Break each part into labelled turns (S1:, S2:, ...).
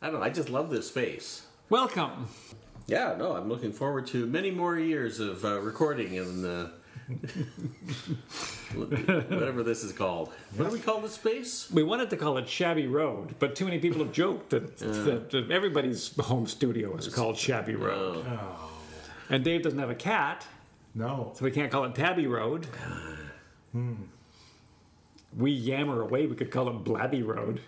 S1: I don't know. I just love this space.
S2: Welcome.
S1: Yeah, no, I'm looking forward to many more years of uh, recording in uh, whatever this is called. What do we call this space?
S2: We wanted to call it Shabby Road, but too many people have joked that, that, that everybody's home studio is called Shabby Road. And Dave doesn't have a cat,
S3: No.
S2: so we can't call it Tabby Road. We yammer away. We could call it Blabby Road.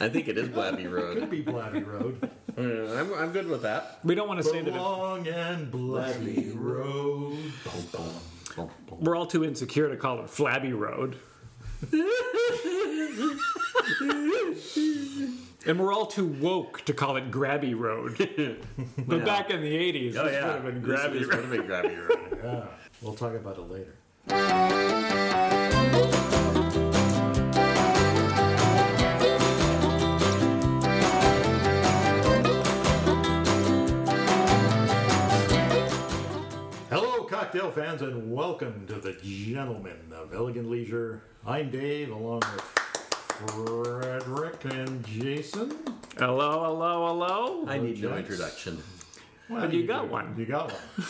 S1: I think it is Blabby
S3: Could
S1: Road.
S3: be Blabby Road.
S1: Uh, I'm, I'm good with that.
S2: We don't want to say that it,
S3: Long and Blabby Road.
S1: Oh,
S2: we're all too insecure to call it Flabby Road. and we're all too woke to call it Grabby Road. but back in the 80s,
S1: Oh
S2: this
S1: yeah,
S2: would have been
S1: This-
S2: Grabby
S1: this
S2: Road.
S1: would have been Grabby Road.
S3: Yeah. We'll talk about it later. Hello, cocktail fans, and welcome to the Gentlemen of Elegant Leisure. I'm Dave, along with Frederick and Jason.
S2: Hello, hello, hello.
S1: I need no
S3: Jets.
S1: introduction.
S3: Well,
S2: you got one.
S3: You got one.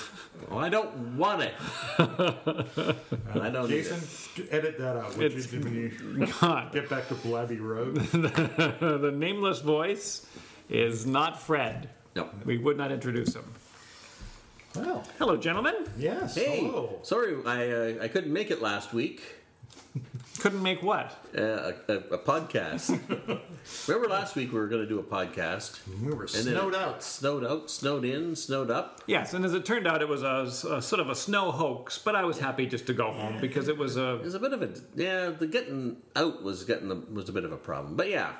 S1: Well, I don't want it. I don't need
S3: Jason,
S1: it.
S3: edit that out. Would
S2: It's-
S3: you, when you
S2: God,
S3: get back to Blabby Road?
S2: the nameless voice is not Fred.
S1: No.
S2: We would not introduce him.
S3: Well,
S2: Hello, gentlemen.
S3: yes.
S1: Hey,
S3: Hello.
S1: sorry, I uh, I couldn't make it last week.
S2: Couldn't make what?
S1: Uh, a, a, a podcast. Remember last week we were going to do a podcast.
S3: We were
S1: And then
S3: snowed
S1: it
S3: out.
S1: Snowed out, snowed in, snowed up.
S2: Yes, and as it turned out, it was a, a sort of a snow hoax, but I was happy just to go home because it was a
S1: It was a bit of a yeah. The getting out was getting the, was a bit of a problem, but yeah,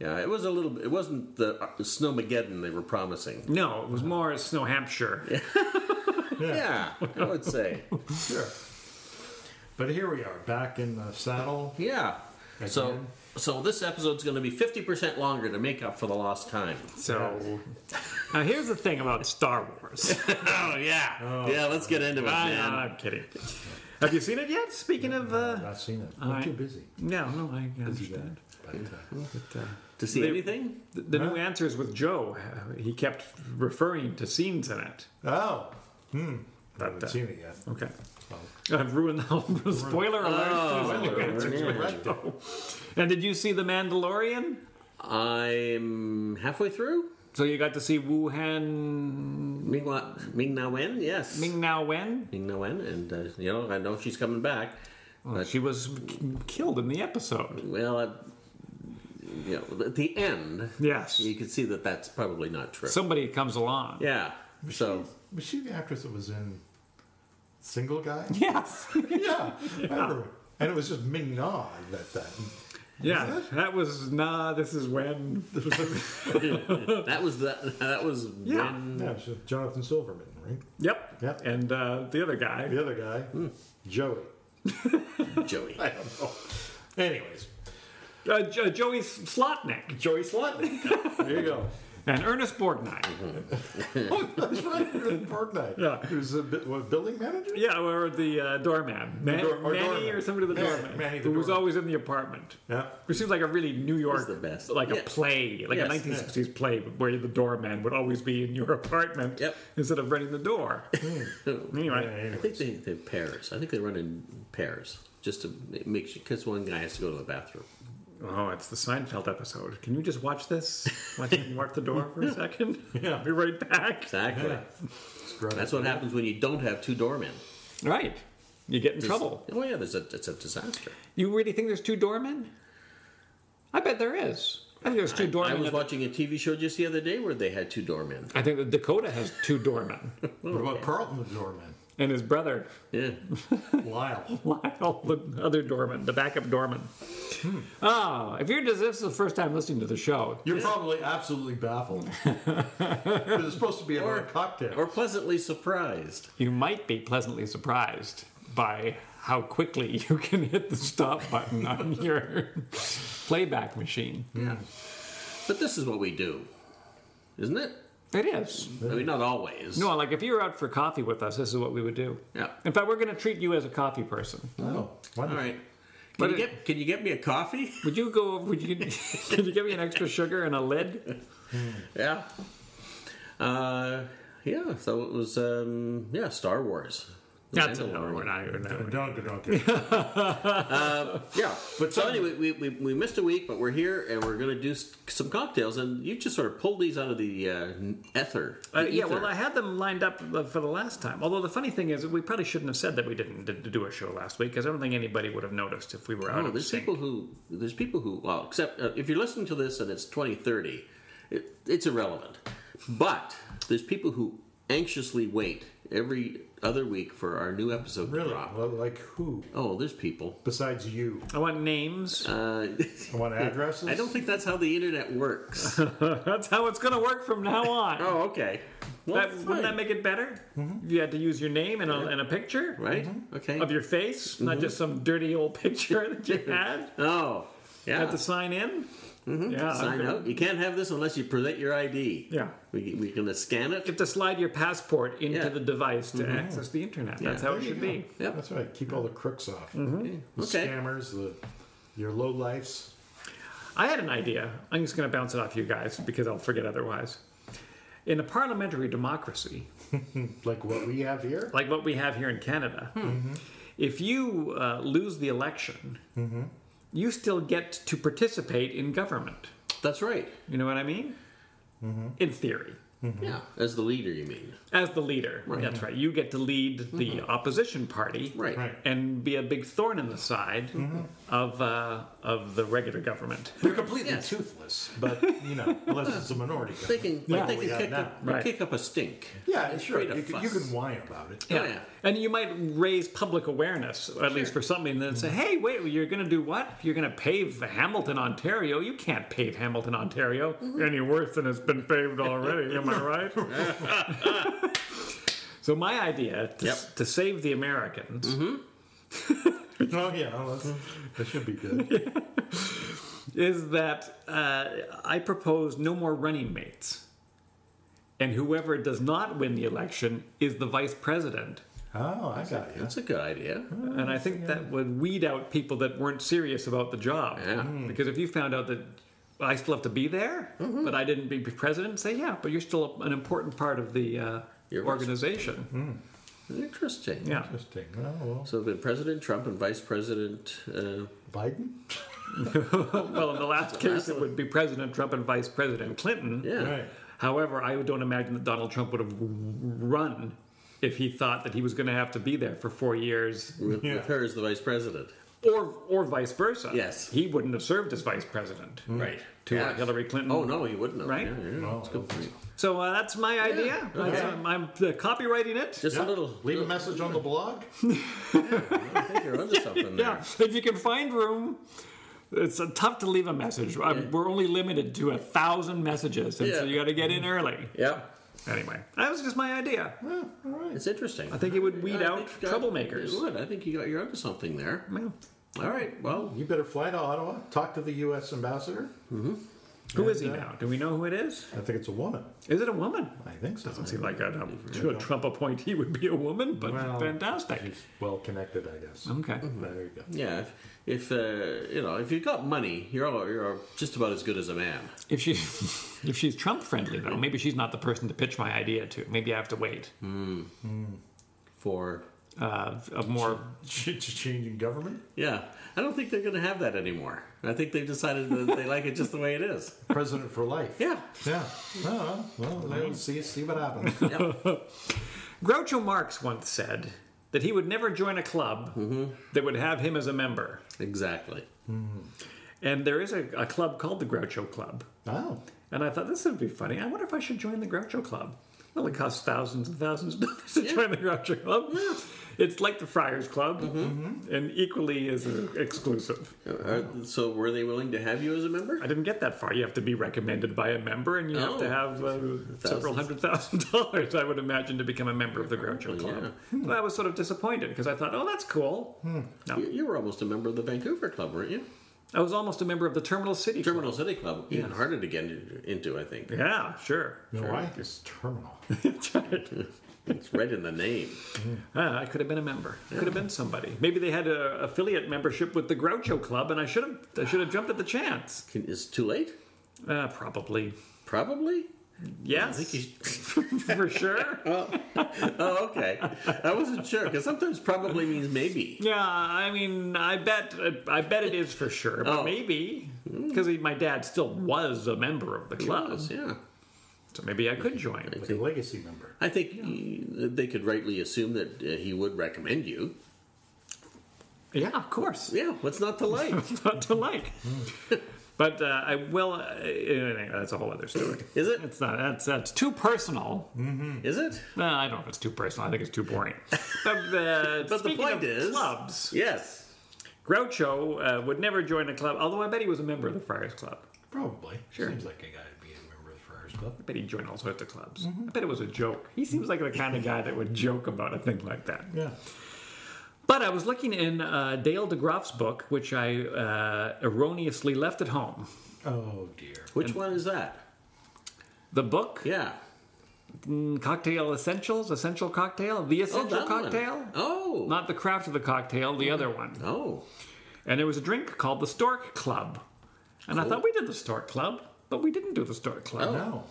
S1: yeah. It was a little. It wasn't the uh, snowmageddon they were promising.
S2: no. It was more Snow Hampshire.
S1: Yeah, I would say.
S3: Sure. But here we are, back in the saddle.
S1: Yeah. So
S3: Again.
S1: so this episode's going to be fifty percent longer to make up for the lost time.
S2: So now here's the thing about Star Wars.
S1: Oh yeah, yeah. Let's get into it,
S2: Ah, no,
S1: man.
S2: I'm kidding. Have you seen it yet? Speaking of, uh,
S3: I've seen it. I'm
S2: all right.
S3: too busy.
S2: no, no, I understand.
S3: But, uh,
S1: to see anything?
S2: The, the new answers with Joe, uh, he kept referring to scenes in it.
S3: oh, I
S2: But,
S3: haven't
S2: uh,
S3: seen it yet.
S2: Okay. I've ruined the whole spoiler
S1: Oh,
S2: alert.
S3: Correct it.
S2: And did you see The Mandalorian?
S1: I'm halfway through.
S2: So you got to see Wuhan
S1: Ming Wa- Ming Na Wen, yes.
S2: Ming Now Wen?
S1: Ming Na Wen, and uh, you know I know she's coming back. But
S2: She was k- killed in the episode.
S1: well, uh, you know, at the end,
S2: Yes.
S1: you can see that that's probably not true.
S2: Somebody comes along.
S1: yeah.
S3: Was
S1: So
S3: she, was she the actress that was in Single Guy?
S2: Yes.
S3: yeah, I remember. And it was just Ming Na that that.
S2: yeah. That was nah, this is when
S1: that was that. That was
S2: Yeah.
S1: when.
S3: Yeah, it was Jonathan Silverman, right?
S2: Yep.
S3: Yep.
S2: And uh, the other guy.
S3: The other guy, Joey.
S1: Joey.
S3: I don't know. Anyways,
S2: Uh, jo- Joey Slotnick.
S3: Joey Slotnick. there you go.
S2: And Ernest Borgnine.
S3: Oh, that's right. Ernest Borgnine.
S2: Yeah.
S3: He was a bu- what, building manager?
S2: Yeah, or the uh, doorman. Man-
S3: door- or
S2: Manny
S3: doorman.
S2: or somebody the
S3: Manny-
S2: doorman.
S3: Manny the
S2: who was
S3: doorman.
S2: always in the apartment.
S3: Yeah.
S2: Which seems like a really New York,
S1: the best.
S2: like
S1: Yeah.
S2: a play, like
S1: Yes.
S2: a 1960s play where the doorman would always be in your apartment
S1: Yep. Hmm.
S2: instead of running the door.
S3: Yeah,
S2: anyway,
S1: I
S3: anyway.
S1: think they they pairs. I think they run in pairs just to make sure because one guy has to go to the bathroom.
S2: oh, it's the Seinfeld episode. Can you just watch this? Watch him walk the door for a second?
S3: Yeah.
S2: Be right back.
S1: Exactly.
S3: Scrub
S1: That's
S3: it.
S1: what happens when you don't have two doormen.
S2: Right. You get in trouble.
S1: Oh yeah, there's a, it's a disaster.
S2: You really think there's two doormen? I bet there is. I think there's two
S1: I
S2: doormen.
S1: was
S2: at the-
S1: watching a TV show just the other day where they had two doormen.
S2: I think that Dakota has two doormen.
S3: What about Carlton the doorman?
S2: and his brother
S1: Yeah.
S3: Lyle.
S2: Lyle, the other doorman, the backup doorman. Oh, if you're just this is the first time listening to the show,
S3: You're probably absolutely baffled. 'Cause it's supposed to be about a cocktail.
S1: Or pleasantly surprised.
S2: you might be pleasantly surprised by how quickly you can hit the stop button on your playback machine.
S3: Hmm.
S1: But this is what we do, isn't it?
S2: It is.
S1: I mean, not always.
S2: No, like if you were out for coffee with us, this is what we would do.
S1: Yeah.
S2: In fact, we're going to treat you as a coffee person.
S3: oh,
S1: All right. Can
S2: But
S1: you
S2: it-
S1: get Can you get me a coffee?
S2: Would you go? Would you? Can you give me an extra sugar and a lead?
S1: yeah. Uh, yeah. So it was. Um, yeah, Star Wars. The
S2: That's a no.
S1: Mandalorian.
S2: We're not. We're not.
S3: Don't, don't get it.
S1: Yeah, but so anyway, we, we, we missed a week, but we're here and we're going to do s- some cocktails. And you just sort of pulled these out of the uh, ether.
S2: Uh,
S1: the
S2: yeah,
S1: ether.
S2: well, I had them lined up uh, for the last time. Although the funny thing is, we probably shouldn't have said that we didn't d- do a show last week because I don't think anybody would have noticed if we were out
S1: Oh,
S2: of
S1: there's
S2: sync.
S1: people who there's people who well, except uh, if you're listening to this and it's 2030, it, it's irrelevant. But there's people who anxiously wait every other week for our new episode to
S3: Really?
S1: drop.
S3: Well, like who?
S1: Oh, there's people.
S3: Besides you?
S2: I want names.
S1: Uh,
S3: I want addresses?
S1: I don't think that's how the internet works.
S2: That's how it's going to work from now on.
S1: oh, okay. Well,
S2: That-
S1: fine. Mm-hmm.
S2: wouldn't that make it better? You had to use your name and a, and a picture
S1: right? Mm-hmm. Okay.
S2: of your face, not just some dirty old picture that you had.
S1: oh, yeah. Mm-hmm.
S2: Had to sign in. Yeah, I'm
S1: Sign
S2: gonna-
S1: out. You can't have this unless you present your ID.
S2: Yeah.
S1: We, we're going to scan it.
S2: You have to slide your passport into
S1: Yeah. Mm-hmm.
S2: the device to access the internet. That's
S1: Yeah.
S2: how it
S3: There you
S2: should
S3: go.
S2: be.
S1: Yep.
S3: That's right. Keep all the crooks off. The
S1: Okay.
S3: scammers, the your low lifes.
S2: I had an idea. I'm just going to bounce it off you guys because I'll forget otherwise. In a parliamentary democracy,
S3: Like what we have here?
S2: like what we have here in Canada, if you uh, lose the election, you still get to participate in government.
S1: That's right.
S2: You know what I mean? In theory,
S1: Yeah. As the leader, you mean.
S2: as the leader. That's right. You get to lead the opposition party.
S1: Right.
S3: Right.
S2: And be a big thorn in the side of uh, of the regular government.
S3: They're completely toothless, but you know, unless it's a minority.
S1: They
S3: government.
S1: can,
S2: Yeah.
S1: they can
S3: Yeah,
S1: kick,
S3: now.
S1: up,
S2: Right.
S1: kick up a stink.
S3: Yeah, sure.
S1: create a
S3: You can, you
S1: fuss.
S3: can whine about it.
S1: yeah.
S2: And you might raise public awareness, or at least for something, then
S1: Mm-hmm.
S2: say, hey, wait, you're going to do what? You're going to pave Hamilton, Ontario? You can't pave Hamilton, Ontario
S1: Mm-hmm.
S2: any worse than it's been paved already, am I right? so, my idea to,
S1: Yep. Mm-hmm.
S2: to save the Americans
S3: Oh yeah, well, that's, that should be good.
S2: is that uh, I propose no more running mates. And whoever does not win the election is the vice president.
S3: Oh, I got you.
S1: That's a good idea.
S2: And I think that would weed out people that weren't serious about the job.
S1: Yeah.
S2: Because if you found out that well, I still have to be there,
S1: Mm-hmm.
S2: but I didn't be be president, say, yeah, but you're still an important part of the uh,
S1: You're right.
S2: organization.
S1: Interesting.
S2: Yeah.
S3: Interesting. Oh well,
S1: So the President Trump and Vice President. Uh,
S3: Biden.
S2: well, in the last case, it would be President Trump and Vice President Clinton.
S1: yeah.
S3: Right.
S2: However, I don't imagine that Donald Trump would have run if he thought that he was going to have to be there for four years
S1: With,
S3: Yeah.
S1: with her as the Vice President.
S2: or, or vice versa.
S1: Yes.
S2: He wouldn't have served as vice president
S1: Right.
S2: to
S1: Yes.
S2: Mm. Hillary Clinton.
S1: Oh, no, you wouldn't have.
S2: Right?
S1: Yeah, yeah.
S3: Well,
S1: That's a good point.
S2: So uh, that's my idea. That's-
S3: okay.
S2: I'm, I'm, uh, copywriting it.
S1: Just a little.
S3: Leave a message on the blog.
S1: I think you're onto something there.
S2: Yeah, if you can find room. It's uh, tough to leave a message. Uh, We're only limited to a thousand messages, and
S1: Yeah.
S2: so you got to get in early.
S1: Yep.
S2: Anyway, that was just my idea.
S1: It's interesting.
S2: I think it would weed
S1: I
S2: out
S1: think you got-
S2: troublemakers.
S1: It would. I think you got, you're onto something there.
S2: Well,
S1: All right. Well,
S3: You better fly to Ottawa. Talk to the U.S. ambassador.
S2: Who is
S1: uh,
S2: he
S3: Yeah.
S2: now? Do we know who it is?
S3: I think it's a woman.
S2: Is it a woman?
S3: I think so.
S2: Doesn't seem like a, a, a Trump appointee would be a woman, but
S3: Well,
S2: fantastic.
S3: She's well connected, I guess.
S1: Mm-hmm.
S2: Okay.
S3: There you go.
S1: yeah. If, if uh, you know, if you've got money, you're all, you're just about as good as a man.
S2: If she, if she's Trump friendly though, maybe she's not the person to pitch my idea to. Maybe I have to wait.
S1: For
S2: Uh, a more
S3: Changing government.
S1: yeah, I don't think they're going to have that anymore. I think they've decided that they like it just the way it is.
S3: President for life.
S1: Yeah.
S3: Yeah. Oh, well, let's see see what happens.
S2: Groucho Marx once said that he would never join a club that would have him as a member.
S1: Exactly.
S2: And there is a, a club called the Groucho Club.
S3: oh,
S2: And I thought this would be funny. I wonder if I should join the Groucho Club. Well, it costs thousands and thousands of dollars to join the Groucho Club. It's like the Friars Club, and equally is exclusive.
S1: Uh, so were they willing to have you as a member?
S2: I didn't get that far. You have to be recommended by a member, and you have to
S1: Oh.
S2: have uh, several hundred thousand dollars, I would imagine, to become a member of the Groucho Club. So I was sort of disappointed because I thought, oh, that's cool.
S1: You, you were almost a member of the Vancouver Club, weren't you?
S2: I was almost a member of the Terminal City. Club.
S1: Terminal City Club, even harder to get into, I think.
S2: Yeah, sure.
S3: you know why? It's terminal.
S2: That's right.
S1: It's right in the name.
S2: Ah, I could have been a member. I could have been somebody. Maybe they had a affiliate membership with the Groucho Club, and I should have. I should have jumped at the chance.
S1: Can, is it too late?
S2: Uh, probably.
S1: Probably.
S2: Yes. for sure.
S1: Oh, okay. I wasn't sure because sometimes probably means maybe.
S2: Yeah, I mean, I bet, I bet it is for sure, but
S1: Oh.
S2: maybe because my dad still was a member of the club,
S1: Yeah.
S2: so maybe I could join.
S3: Like a legacy member.
S1: I think uh, they could rightly assume that uh, he would recommend you.
S2: Yeah, of course,
S1: Yeah, what's not to like?
S2: it's not to like. but uh, I will. Uh, anyway, that's a whole other story.
S1: Is it?
S2: It's not. That's that's too personal.
S1: Is it?
S2: Uh, I don't know if it's too personal. I think it's too boring. But, uh,
S1: But the
S2: speaking
S1: point
S2: of
S1: is,
S2: clubs.
S1: Yes.
S2: Groucho uh, would never join a club, although I bet he was a member of the Friars Club.
S3: Probably.
S2: Sure.
S3: Seems like a guy would be a member of the Friars Club.
S2: I bet he joined all sorts of clubs.
S1: Mm-hmm.
S2: I bet it was a joke. He seems like the kind of guy that would joke about a thing like that.
S3: Yeah.
S2: But I was looking in uh, Dale DeGroff's book, which I uh, erroneously left at home.
S3: Oh dear.
S1: Which one is that?
S2: The book,
S1: Yeah.
S2: mm, Cocktail Essentials, Essential Cocktail, The
S1: Oh,
S2: Essential
S1: that one.
S2: Cocktail.
S1: Oh.
S2: Not the craft of the cocktail, the other one.
S1: oh.
S2: And there was a drink called the Stork Club. And I thought we did the Stork Club, but we didn't do the Stork Club.
S3: No.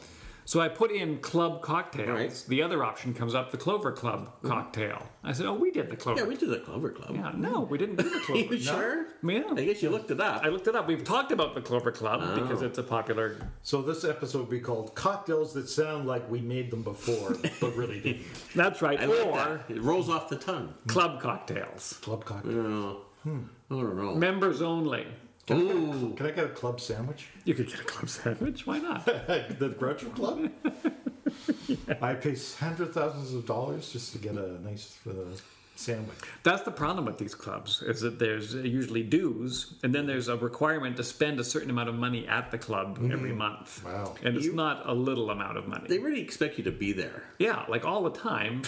S2: So I put in club cocktails.
S1: Oh. Right. Mm-hmm.
S2: The other option comes up, the Clover Club cocktail. I said, oh, we did the Clover.
S1: Yeah, we did the Clover Club.
S2: Yeah, no, we didn't do the
S1: Are you
S2: Clover.
S1: sure? I
S2: yeah.
S1: guess you looked it up.
S2: I looked it up. We've talked about the Clover Club
S1: Oh.
S2: because it's a popular.
S3: So this episode will be called "Cocktails That Sound Like We Made Them Before, but Really Didn't."
S2: That's right.
S1: I like
S2: or
S1: that. It rolls off the tongue.
S2: club cocktails,
S3: Club cocktail.
S1: Oh. I don't know.
S2: members only.
S1: Ooh.
S3: Can I get a club sandwich?
S2: You could get a club sandwich. Why not?
S3: the Groucho Club. I pay hundred thousands of dollars just to get a nice uh, sandwich.
S2: That's the problem with these clubs is that there's usually dues, and then there's a requirement to spend a certain amount of money at the club every month.
S3: Wow.
S2: And it's not a little amount of money.
S1: They really expect you to be there.
S2: yeah, like all the time.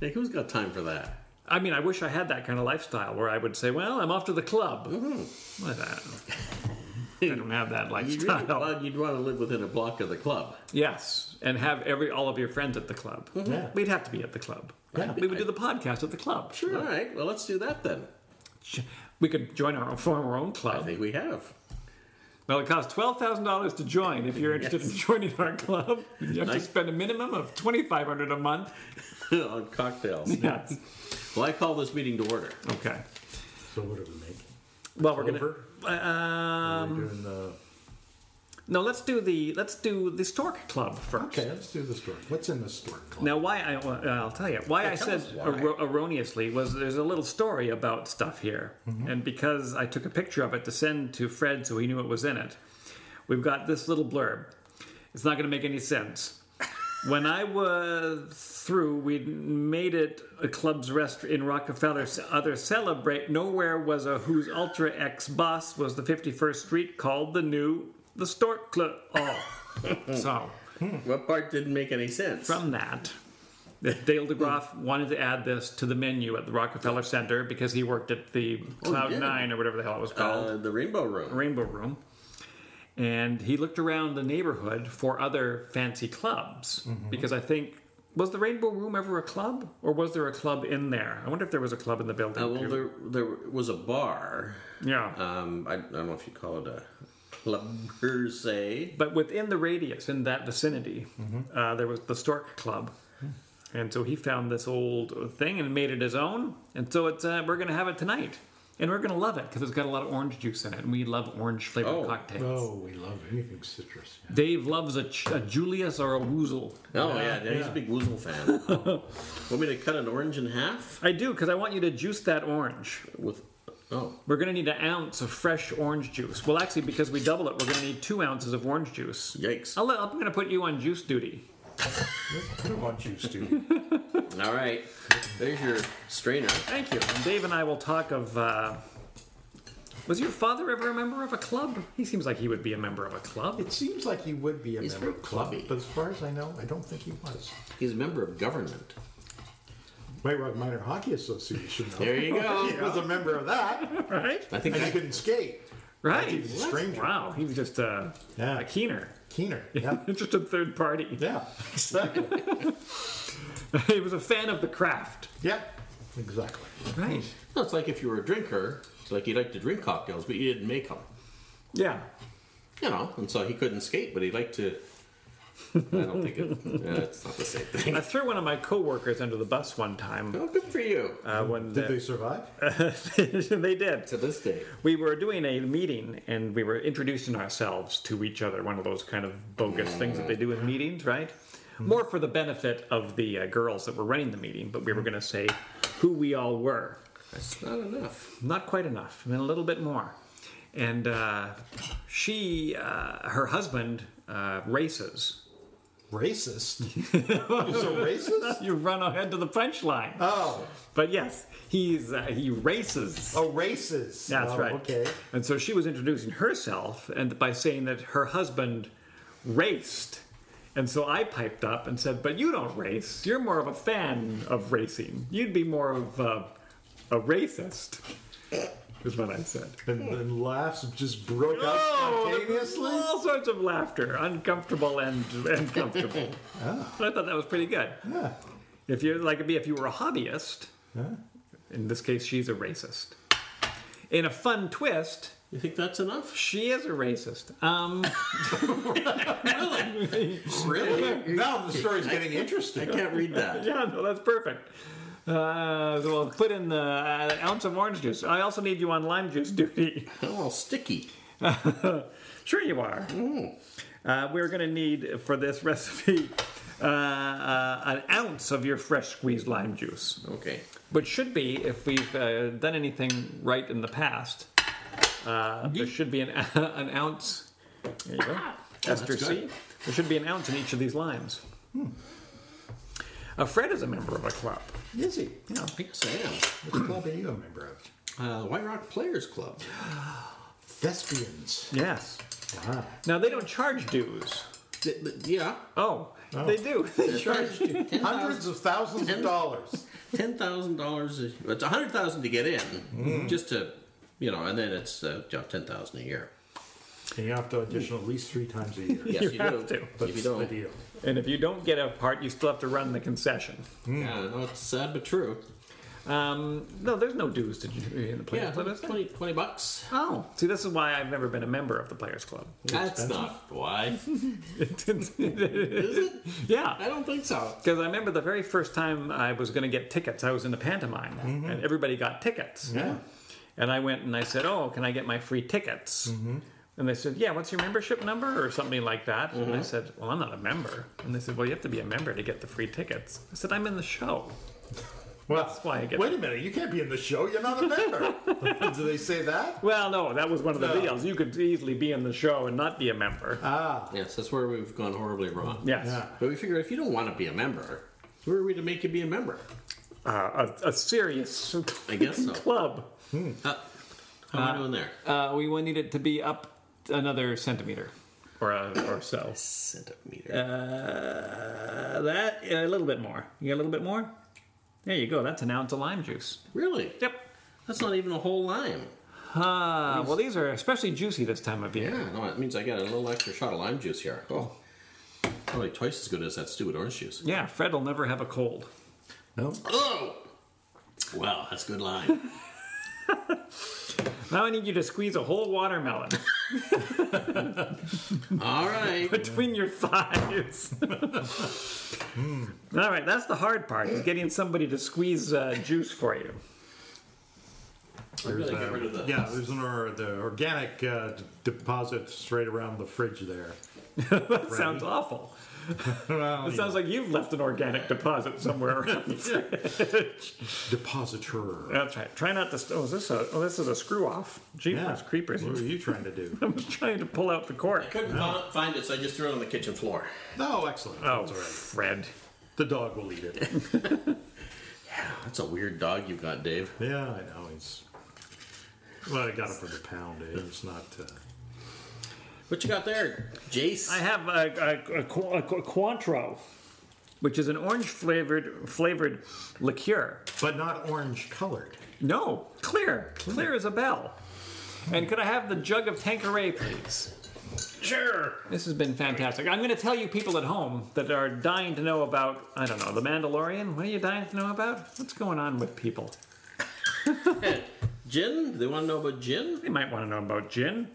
S1: Like, who's got time for that?
S2: I mean, I wish I had that kind of lifestyle where I would say, "Well, I'm off to the club." But I, don't, I don't have that
S1: You'd
S2: lifestyle.
S1: really glad you'd want to live within a block of the club.
S2: Yes, and have every all of your friends at the club.
S3: Yeah.
S2: We'd have to be at the club.
S3: Mm-hmm. Yeah.
S2: We would do the podcast at the club.
S1: All right, well, let's do that then.
S2: We could join our own, form our own
S1: I
S2: club.
S1: think we have.
S2: Well, it costs twelve thousand dollars to join. If you're interested in joining our club, you have to
S1: Nice.
S2: spend a minimum of twenty five hundred a month.
S1: on cocktails.
S2: Yes.
S1: Well, I call this meeting to order.
S2: Okay.
S3: So what are we making?
S2: Well, we're
S3: Over?
S2: gonna.
S3: Are
S2: Um,
S3: we doing the?
S2: no, let's do the let's do the Stork Club first.
S3: Okay, let's do the stork. What's in the stork club?
S2: Now, why I well, I'll tell you why I
S1: tell
S2: said
S1: us why.
S2: erro- erroneously was there's a little story about stuff here,
S1: Mm-hmm.
S2: and because I took a picture of it to send to Fred so he knew what was in it, we've got this little blurb. It's not going to make any sense. when I was through, we made it a club's rest in Rockefeller. s- Other celebrate nowhere was a whose ultra ex boss was the 51st Street called the new the Stork Club. Oh, so
S1: What part didn't make any sense?
S2: from that that Dale DeGroff wanted to add this to the menu at the Rockefeller Center because he worked at the Cloud
S1: Oh, did?
S2: Nine or whatever the hell it was called,
S1: uh, the Rainbow Room.
S2: Rainbow Room. And he looked around the neighborhood for other fancy clubs
S1: Mm-hmm.
S2: because I think was the Rainbow Room ever a club or was there a club in there? I wonder if there was a club in the building.
S1: Uh, well,
S2: too.
S1: there, there was a bar.
S2: yeah.
S1: Um, I, I don't know if you call it a club per se.
S2: but within the radius in that vicinity uh, there was the stork club and so he found this old thing and made it his own and so it's uh, we're gonna have it tonight and we're gonna love it because it's got a lot of orange juice in it and we love orange flavored
S1: Oh.
S2: cocktails
S3: Oh, we love anything citrus.
S2: dave loves a, ch- a julius or a woozle
S1: Oh, yeah, yeah, he's
S3: yeah.
S1: a big Woozle fan. Want me to cut an orange in half?
S2: i do because i want you to juice that orange
S1: With Oh,
S2: we're gonna need an ounce of fresh orange juice well actually because we double it we're gonna need two ounces of orange juice
S1: yikes.
S2: I'll, i'm gonna put you on juice duty
S3: I don't want you, Stu.
S1: All right, there's your strainer.
S2: Thank you. And Dave and I will talk of. Uh, was your father ever a member of a club? He seems like he would be a member of a club.
S3: It seems like he would be a
S1: He's
S3: member
S1: very
S3: of club,
S1: clubby.
S3: but as far as I know, I don't think he was.
S1: He's a member of government.
S3: White Rock Minor Hockey Association. Though.
S1: There you go.
S3: He was a member of that,
S2: Right?
S1: I think
S3: and
S1: I,
S3: he couldn't skate.
S2: Right.
S3: even stranger.
S2: Wow, he was just uh,
S3: Yeah.
S2: a keener.
S3: Keener. Yeah.
S2: just a third party.
S3: Yeah, exactly.
S2: he was a fan of the craft.
S3: Yeah, exactly.
S2: Right.
S1: No, it's like if you were a drinker, it's like you liked to drink cocktails, but you didn't make them.
S2: Yeah.
S1: You know, and so he couldn't skate, but he liked to. I don't think it, yeah, it's not the same thing.
S2: I threw one of my coworkers under the bus one time
S1: Oh, good for you.
S2: uh, when
S3: Did they survive?
S2: Uh, they, they did.
S1: To this day,
S2: We were doing a meeting and we were introducing ourselves to each other, one of those kind of bogus things that they do in meetings, right? More for the benefit of the uh, girls that were running the meeting, but we were going to say who we all were.
S1: that's not enough.
S2: Not quite enough, and a little bit more. And uh, she, uh, her husband, uh, races.
S3: Racist. He's a racist?
S2: You run ahead to the punchline.
S3: Oh,
S2: But yes, he's uh, he races.
S3: a racist.
S2: That's
S3: Oh,
S2: right.
S3: Okay.
S2: And so she was introducing herself, and by saying that her husband raced, and so I piped up and said, "But you don't race. You're more of a fan of racing. You'd be more of a, a racist." Is what I said.
S3: And then laughs just broke out Oh, spontaneously.
S2: all sorts of laughter, uncomfortable and and comfortable. I thought that was pretty good.
S3: Ah. Yeah.
S2: If you're like it'd be if you were a hobbyist,
S3: Yeah.
S2: in this case, she's a racist. In a fun twist,
S1: You think that's enough?
S2: She is a racist. Um,
S3: Really? now the story's getting
S1: I
S3: interesting.
S1: can't read that.
S2: yeah, no, that's perfect. Uh, so I'll put in the uh, ounce of orange juice. I also need you on lime juice duty.
S1: Oh, all sticky.
S2: sure you are. Uh, we're going to need for this recipe uh, uh, an ounce of your fresh squeezed lime juice,
S1: Okay.
S2: which should be, if we've uh, done anything right in the past, uh, there should be an, an ounce. There you go. Esther C.
S1: good.
S2: There should be an ounce in each of these limes. Uh, Fred is a member of a club.
S3: Is he?
S1: Yeah, I guess I
S3: Which club are you a member of?
S1: am. Uh, White Rock Players Club.
S3: Thespians.
S2: Yes.
S3: Wow.
S2: Now they don't charge dues.
S1: Th- th- yeah,
S2: Oh, they do. They charge.
S1: charged you ten thousand
S3: Hundreds of thousands of dollars.
S1: ten thousand dollars. It's a hundred thousand to get in,
S2: Mm.
S1: just to you know, and then it's uh, ten thousand a year.
S3: And you have to audition at least three times a year.
S1: Yes,
S2: You
S1: you, do.
S2: have to.
S1: If you
S3: That's the
S1: don't,
S3: deal.
S2: And if you don't get a part, you still have to run the concession.
S1: yeah,
S2: Mm.
S1: no, it's sad but true.
S2: Um, no, there's no dues to in the
S1: Yeah,
S2: Players Club. is there?
S1: 20, 20 bucks.
S2: Oh, see, this is why I've never been a member of the Players Club.
S1: That's not why.
S2: yeah.
S1: I don't think so.
S2: Because I remember the very first time I was going to get tickets, I was in the pantomime,
S3: Mm-hmm.
S2: and everybody got tickets.
S3: Yeah.
S2: And I went and I said, "Oh, can I get my free tickets?"
S3: Mm-hmm.
S2: And they said, "Yeah, what's your membership number or something like that?" And
S3: Mm-hmm.
S2: I said, "Well, I'm not a member." And they said, "Well, you have to be a member to get the free tickets." I said, "I'm in the show."
S3: Well,
S2: That's why I get-
S3: Wait a minute. You can't be in the show. You're not a member. Do they say that?
S2: Well, no, that was one of the
S3: No.
S2: deals. You could easily be in the show and not be a member.
S3: Ah.
S1: Yes, that's where we've gone horribly wrong.
S2: yes,
S3: Yeah.
S1: But we figure if you don't want to be a member, who are we to make you be a member?
S2: uh, a, a serious
S1: I guess so.
S2: club.
S1: Uh, how am I doing there?
S2: Uh, we will need it to be up another centimeter or a, or so.
S1: Centimeter.
S2: Uh, that a little bit more. You got a little bit more. There you go. That's an ounce of lime juice.
S1: really?
S2: Yep.
S1: That's not even a whole lime.
S2: Uh, well, these are especially juicy this time of year.
S1: Yeah, no, it means I got a little extra shot of lime juice here. Oh, probably twice as good as that stupid orange juice.
S2: Yeah, Fred will never have a cold.
S3: No.
S1: Oh, wow, that's good lime.
S2: Now I need you to squeeze a whole watermelon
S1: All right.
S2: between your thighs. Hmm. All right, that's the hard part is getting somebody to squeeze uh, juice for you.
S1: We're gonna get rid of the-
S3: Yeah, there's an or, the organic uh, d- deposits right around the fridge there.
S2: That sounds awful.
S3: Well,
S2: It sounds like you've left an organic deposit somewhere. around.
S3: depositor.
S2: That's right. Try not to. St- oh, is this a? Oh, this is a screw off. Jeepers creepers!
S3: What were you trying to do?
S2: I was trying to pull out the
S1: I
S2: cork.
S1: couldn't fi- find it, so I just threw it on the kitchen floor.
S3: No, excellent.
S2: Oh,
S3: That's all right.
S2: Fred.
S3: The dog will eat it.
S1: That's a weird dog you've got, Dave.
S3: yeah, I know. It's well, I got it for the pound. eh? It's not. Uh,
S1: What you got there, Jace?
S2: I have a, a, a, Qu- a Qu- Cointreau, which is an orange flavored flavored liqueur.
S3: but not orange colored.
S2: No, clear, clear as a bell. And could I have the jug of Tanqueray, please? Sure. This has been fantastic. I'm going to tell you people at home that are dying to know about, I don't know, The Mandalorian. What are you dying to know about? What's going on with people?
S1: Gin? Do they want to know about gin?
S2: They might want to know about gin.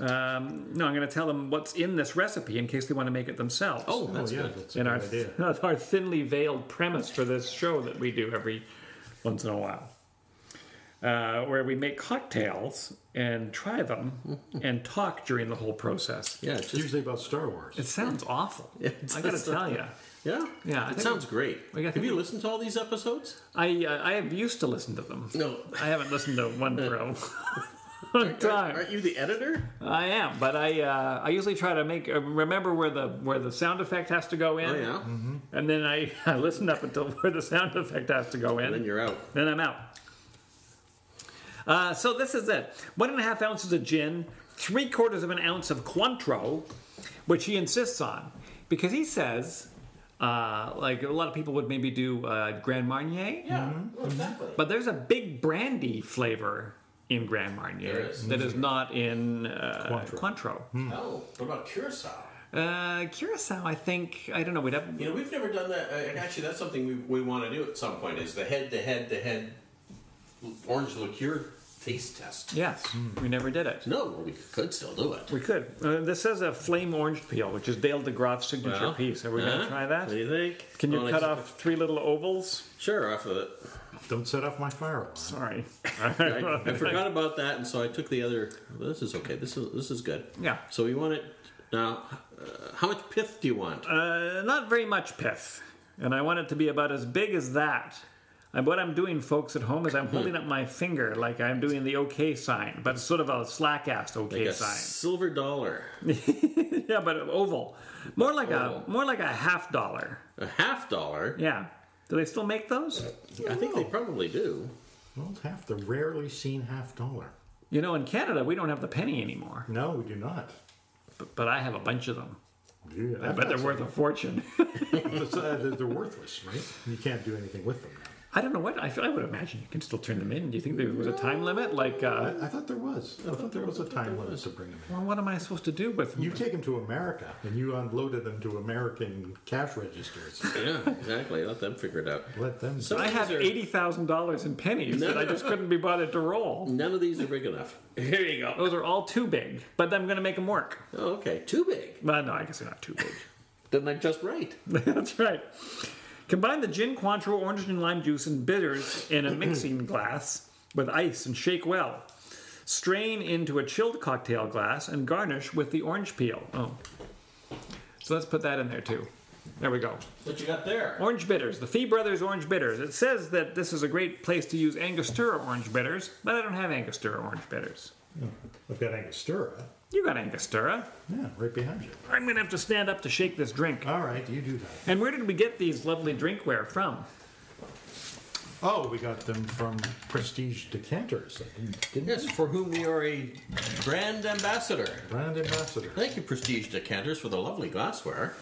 S2: Um, no, I'm going to tell them what's in this recipe in case they want to make it themselves.
S1: Oh,
S3: Oh,
S1: that's
S3: yeah,
S1: good.
S3: that's a
S2: in
S3: good
S2: our,
S3: idea.
S2: that's our thinly veiled premise for this show that we do every once in a while, uh, where we make cocktails and try them and talk during the whole process.
S1: Yeah, it's
S3: It's
S1: just,
S3: usually about Star Wars.
S2: It sounds awful.
S1: it
S2: I gotta
S1: does.
S2: tell you,
S1: yeah,
S2: Yeah, I
S1: It
S2: think
S1: sounds great.
S2: we got-
S1: Have you listened to all these episodes?
S2: I uh, I have used to listen to them.
S1: No.
S2: I haven't listened to one for a long time.
S1: Aren't you the editor?
S2: I am, but I uh, I usually try to make uh, remember where the where the sound effect has to go in,
S1: Oh yeah.
S2: and Mm-hmm. then I, I listen up until where the sound effect has to go in,
S1: And then you're out.
S2: Then I'm out. Uh, so this is it. One and a half ounces of gin, three quarters of an ounce of Cointreau, which he insists on because he says, uh, like a lot of people would maybe do uh, Grand Marnier,
S1: Yeah, exactly.
S2: but there's a big brandy flavor in Grand Marnier
S1: There is. Mm-hmm.
S2: that is not in uh,
S3: Cointreau.
S2: Cointreau.
S1: Oh, what about curacao?
S2: Uh, Curacao, I think I don't know. We'd have
S1: You know, we've never done that. Uh, actually, that's something we, we want to do at some point is the head to head to head orange liqueur taste test.
S2: yes, we never did it.
S1: No, well, we could still do it.
S2: We could. Uh, this is a flame orange peel, which is Dale DeGroff's signature
S1: Well,
S2: piece. Are we going
S1: huh?
S2: to try that?
S1: What do you think?
S2: Can you
S1: Well,
S2: cut
S1: I-
S2: off three little ovals?
S1: Sure, off of it.
S3: Don't set off my fire alarm.
S2: Sorry.
S1: I, I forgot about that, and so I took the other. This is okay. This is this is good.
S2: Yeah.
S1: So you want it now? Uh, how much pith do you want?
S2: Uh, not very much pith, and I want it to be about as big as that. And what I'm doing, folks at home, is I'm holding up my finger like I'm doing the OK sign, but it's sort of a slack-assed OK
S1: like a
S2: sign.
S1: silver dollar,
S2: yeah, but oval, more like
S1: Oval.
S2: a more like a half dollar.
S1: a half dollar.
S2: Yeah. Do they still make those?
S1: I think they probably do.
S3: Well, it's half the rarely seen half dollar.
S2: You know, in Canada, we don't have the penny anymore,
S3: No, we do not.
S2: but, but I have a bunch of them.
S3: Yeah,
S2: I bet they're worth a fortune.
S3: It's, uh, they're, they're worthless, right? You can't do anything with them. now.
S2: I don't know what I, I would imagine you can still turn them in. Do you think there was a time limit? Like, uh,
S3: I, I thought there was. I thought there was a time limit to bring them
S2: well, what am I supposed to do with
S3: in. You take them to America and you unloaded them to American cash registers.
S1: Yeah, exactly. Let them figure it out.
S3: Let them.
S1: So-
S2: I have
S1: These are-
S2: eighty thousand dollars in pennies that I just couldn't be bothered to roll.
S1: None of these are big enough.
S2: Here you go. Those are all too big, but I'm going to make them work.
S1: Oh, okay. Too big.
S2: Well, no, I guess they're not too big.
S1: Then they're just right.
S2: That's right. Combine the gin, Cointreau, orange and lime juice, and bitters in a mixing glass with ice and shake well. Strain into a chilled cocktail glass and garnish with the orange peel. Oh, so let's put that in there too. There we go.
S1: What you got there?
S2: Orange bitters, the Fee Brothers orange bitters. It says that this is a great place to use Angostura orange bitters, but I don't have Angostura orange bitters.
S3: I've got Angostura.
S2: You got Angostura.
S3: Yeah, right behind you.
S2: I'm gonna have to stand up to shake this drink.
S3: All right, you do that.
S2: And where did we get these lovely drinkware from?
S3: Oh, we got them from Prestige Decanters. I didn't- didn't-
S1: Yes, for whom we are a brand ambassador.
S3: Brand ambassador.
S1: Thank you, Prestige Decanters, for the lovely glassware.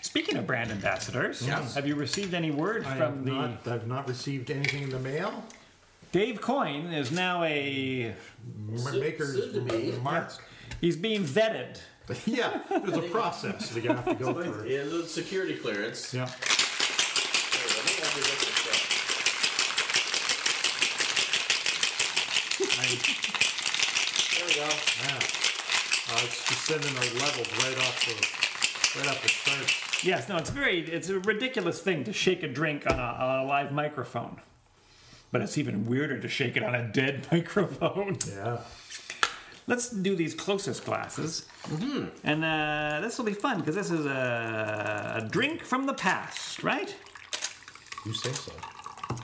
S2: Speaking of brand ambassadors,
S1: Yes.
S2: have you received any word
S3: I
S2: from
S3: have
S2: the
S3: not, I've not received anything in the mail.
S2: Dave Coyne is now a
S3: M-
S1: Soon-
S3: Maker's
S1: soon to be.
S3: mark.
S2: he's being vetted.
S3: Yeah, there's a process that you have to go through.
S1: Yeah, the security clearance.
S3: Yeah. I,
S1: There we go.
S3: yeah. Uh, it's descending our levels right off the right off the start.
S2: Yes, no, it's very it's a ridiculous thing to shake a drink on a, on a live microphone. But it's even weirder to shake it on a dead microphone.
S3: Yeah.
S2: Let's do these closest glasses. And uh, this will be fun because this is a, a drink from the past, right?
S3: You say so.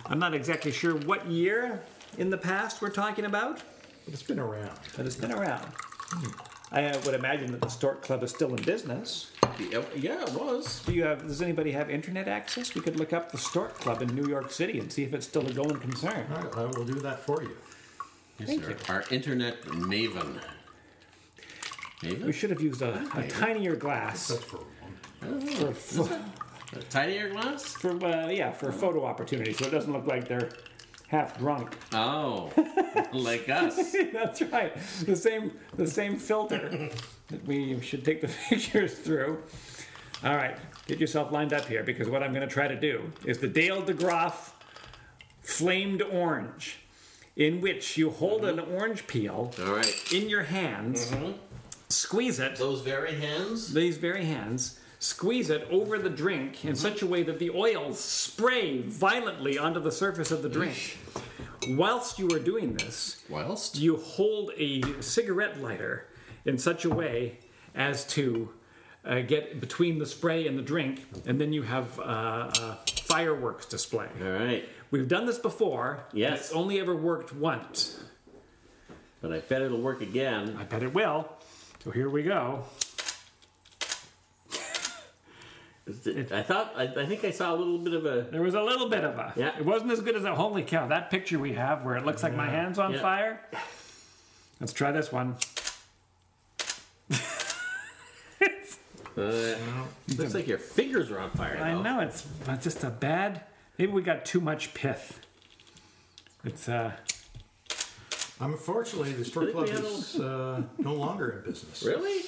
S2: I'm not exactly sure what year in the past we're talking about,
S3: But it's been around.
S2: but it's been around. I uh, would imagine that the Stork Club is still in business.
S1: Yeah, oh, Yeah, it was.
S2: Do you have? Does anybody have internet access? We could look up the Stork Club in New York City and see if it's still a going concern.
S3: All right, I will do that for you.
S1: Yes,
S2: Thank
S1: sir.
S2: you.
S1: Our internet maven.
S2: We
S1: Maven?
S2: should have used a, a tinier glass
S3: That's for
S2: for,
S3: one.
S2: for,
S1: A tinier glass?
S2: for uh, yeah for a photo opportunity, so it doesn't look like they're half drunk.
S1: Oh, like us.
S2: That's right. The same the same filter that we should take the pictures through. All right, get yourself lined up here because what I'm going to try to do is the Dale DeGroff flamed orange, in which you hold an orange peel
S1: All right.
S2: in your hands, squeeze it
S1: Those very hands.
S2: these very hands, squeeze it over the drink in such a way that the oils spray violently onto the surface of the drink. Whilst you are doing this,
S1: Whilst
S2: you hold a cigarette lighter in such a way as to uh, get between the spray and the drink, and then you have uh, a fireworks display.
S1: All right.
S2: We've done this before. and
S1: Yes.
S2: It's only ever worked once.
S1: But I bet it'll work again.
S2: I bet it will. So here we go.
S1: I thought. I, I think I saw a little bit of a.
S2: There was a little bit of a.
S1: Yeah.
S2: It wasn't as good as that. Holy cow, that picture we have where it looks like my hand's on
S1: Yeah.
S2: fire. Let's try this one. It's-
S1: Uh, looks like your fingers are on fire.
S2: I
S1: though.
S2: know it's it's just a bad. Maybe we got too much pith. It's uh.
S3: Unfortunately, the strip
S1: Did we
S3: club
S1: have
S3: is uh, no longer in business.
S1: Really?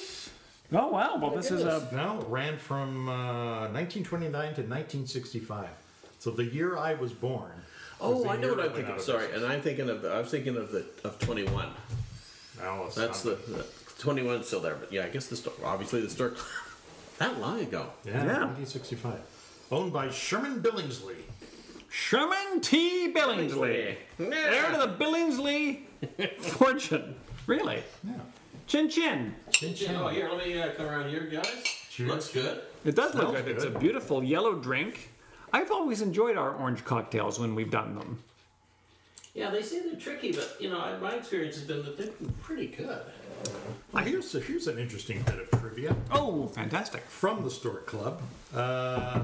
S2: Oh wow. Well, this is a.
S3: No, it ran from uh, 1929 to 1965. So the year I was born. was
S1: Oh,
S3: the
S1: I know
S3: year
S1: what
S3: it
S1: I'm
S3: went
S1: thinking.
S3: out
S1: of.
S3: of
S1: Sorry, and I'm thinking of the. I was thinking of the of 21.
S3: business. No, it's
S1: That's the,
S3: not.
S1: the 21's still there, but yeah, I guess the store. Obviously, the store. that long ago.
S3: Yeah,
S2: Yeah.
S3: 1965. Owned by Sherman Billingsley.
S2: Sherman T. Billingsley, heir to the Billingsley fortune. Really,
S3: Yeah.
S2: chin chin.
S1: Oh, here, let me uh, come around here, guys.
S3: Cheers.
S1: Looks good.
S2: It does look
S3: Smells
S2: good. It's a
S3: good.
S2: beautiful yellow drink. I've always enjoyed our orange cocktails when we've done them.
S1: Yeah, they say they're tricky, but you know, I- my experience has been that they're pretty good.
S3: Well, here's, here's an interesting bit of trivia.
S2: Oh, fantastic.
S3: from the Stork Club. Uh,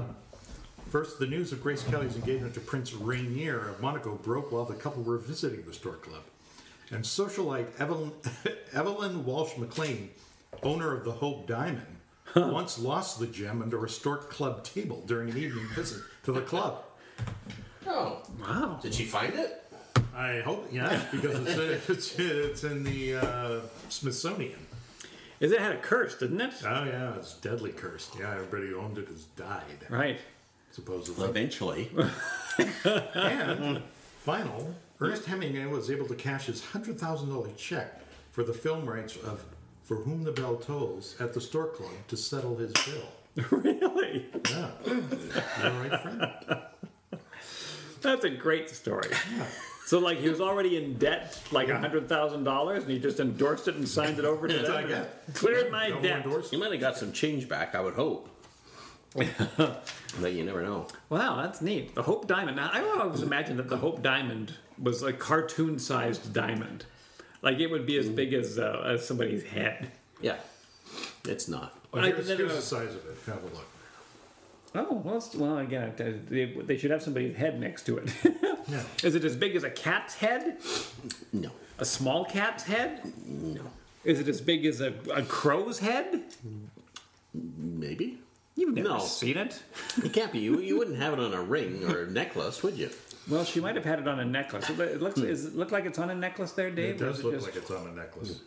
S3: first, the news of Grace Kelly's engagement to Prince Rainier of Monaco broke while the couple were visiting the Stork Club. And socialite Evelyn, Evelyn Walsh McLean, owner of the Hope Diamond, once lost the gem under a Stork Club table during an evening visit to the club.
S1: Oh,
S2: Wow.
S1: did she find it?
S3: I hope, yeah, because it's, uh, it's, it's in the uh, Smithsonian.
S2: Is it had a curse, didn't it?
S3: Oh, yeah, it's deadly cursed. Yeah, everybody who owned it has died,
S2: Right.
S3: supposedly.
S1: Eventually.
S3: And final, Ernest Hemingway was able to cash his hundred thousand dollar check for the film rights of "For Whom the Bell Tolls" at the Stork Club to settle his bill.
S2: really?
S3: Yeah, all right, friend.
S2: That's a great story. So, like, he was already in debt, like a $100,000, and he just endorsed it and signed it over to
S3: I
S2: them.
S3: get.
S2: and Cleared my
S3: No
S2: debt.
S3: endorsed.
S1: You might have got some change back, I would hope. but you never know.
S2: Wow, that's neat. The Hope Diamond. Now, I always imagined that the Hope Diamond was a cartoon sized diamond. Like, it would be as big as, uh, as somebody's head.
S1: Yeah, it's not.
S3: Well,
S2: I-
S3: here's,
S2: no, no,
S3: here's
S2: no.
S3: the size of it. Have a look.
S2: Oh well, it's- well again, it- it- they, they should have somebody's head next to it. Is
S3: Yeah.
S2: it as big as a cat's head?
S1: No,
S2: A small cat's head?
S1: no,
S2: Is it as big as a, a crow's head?
S1: maybe.
S2: You've never
S1: No.
S2: seen it.
S1: It can't be. You, you wouldn't have it on a ring or a necklace, would you?
S2: Well, she might have had it on a necklace. It, it looks. Is it look like it's on a necklace there, Dave?
S3: It
S2: or
S3: does
S2: is
S3: look
S2: just-
S3: like it's on a necklace.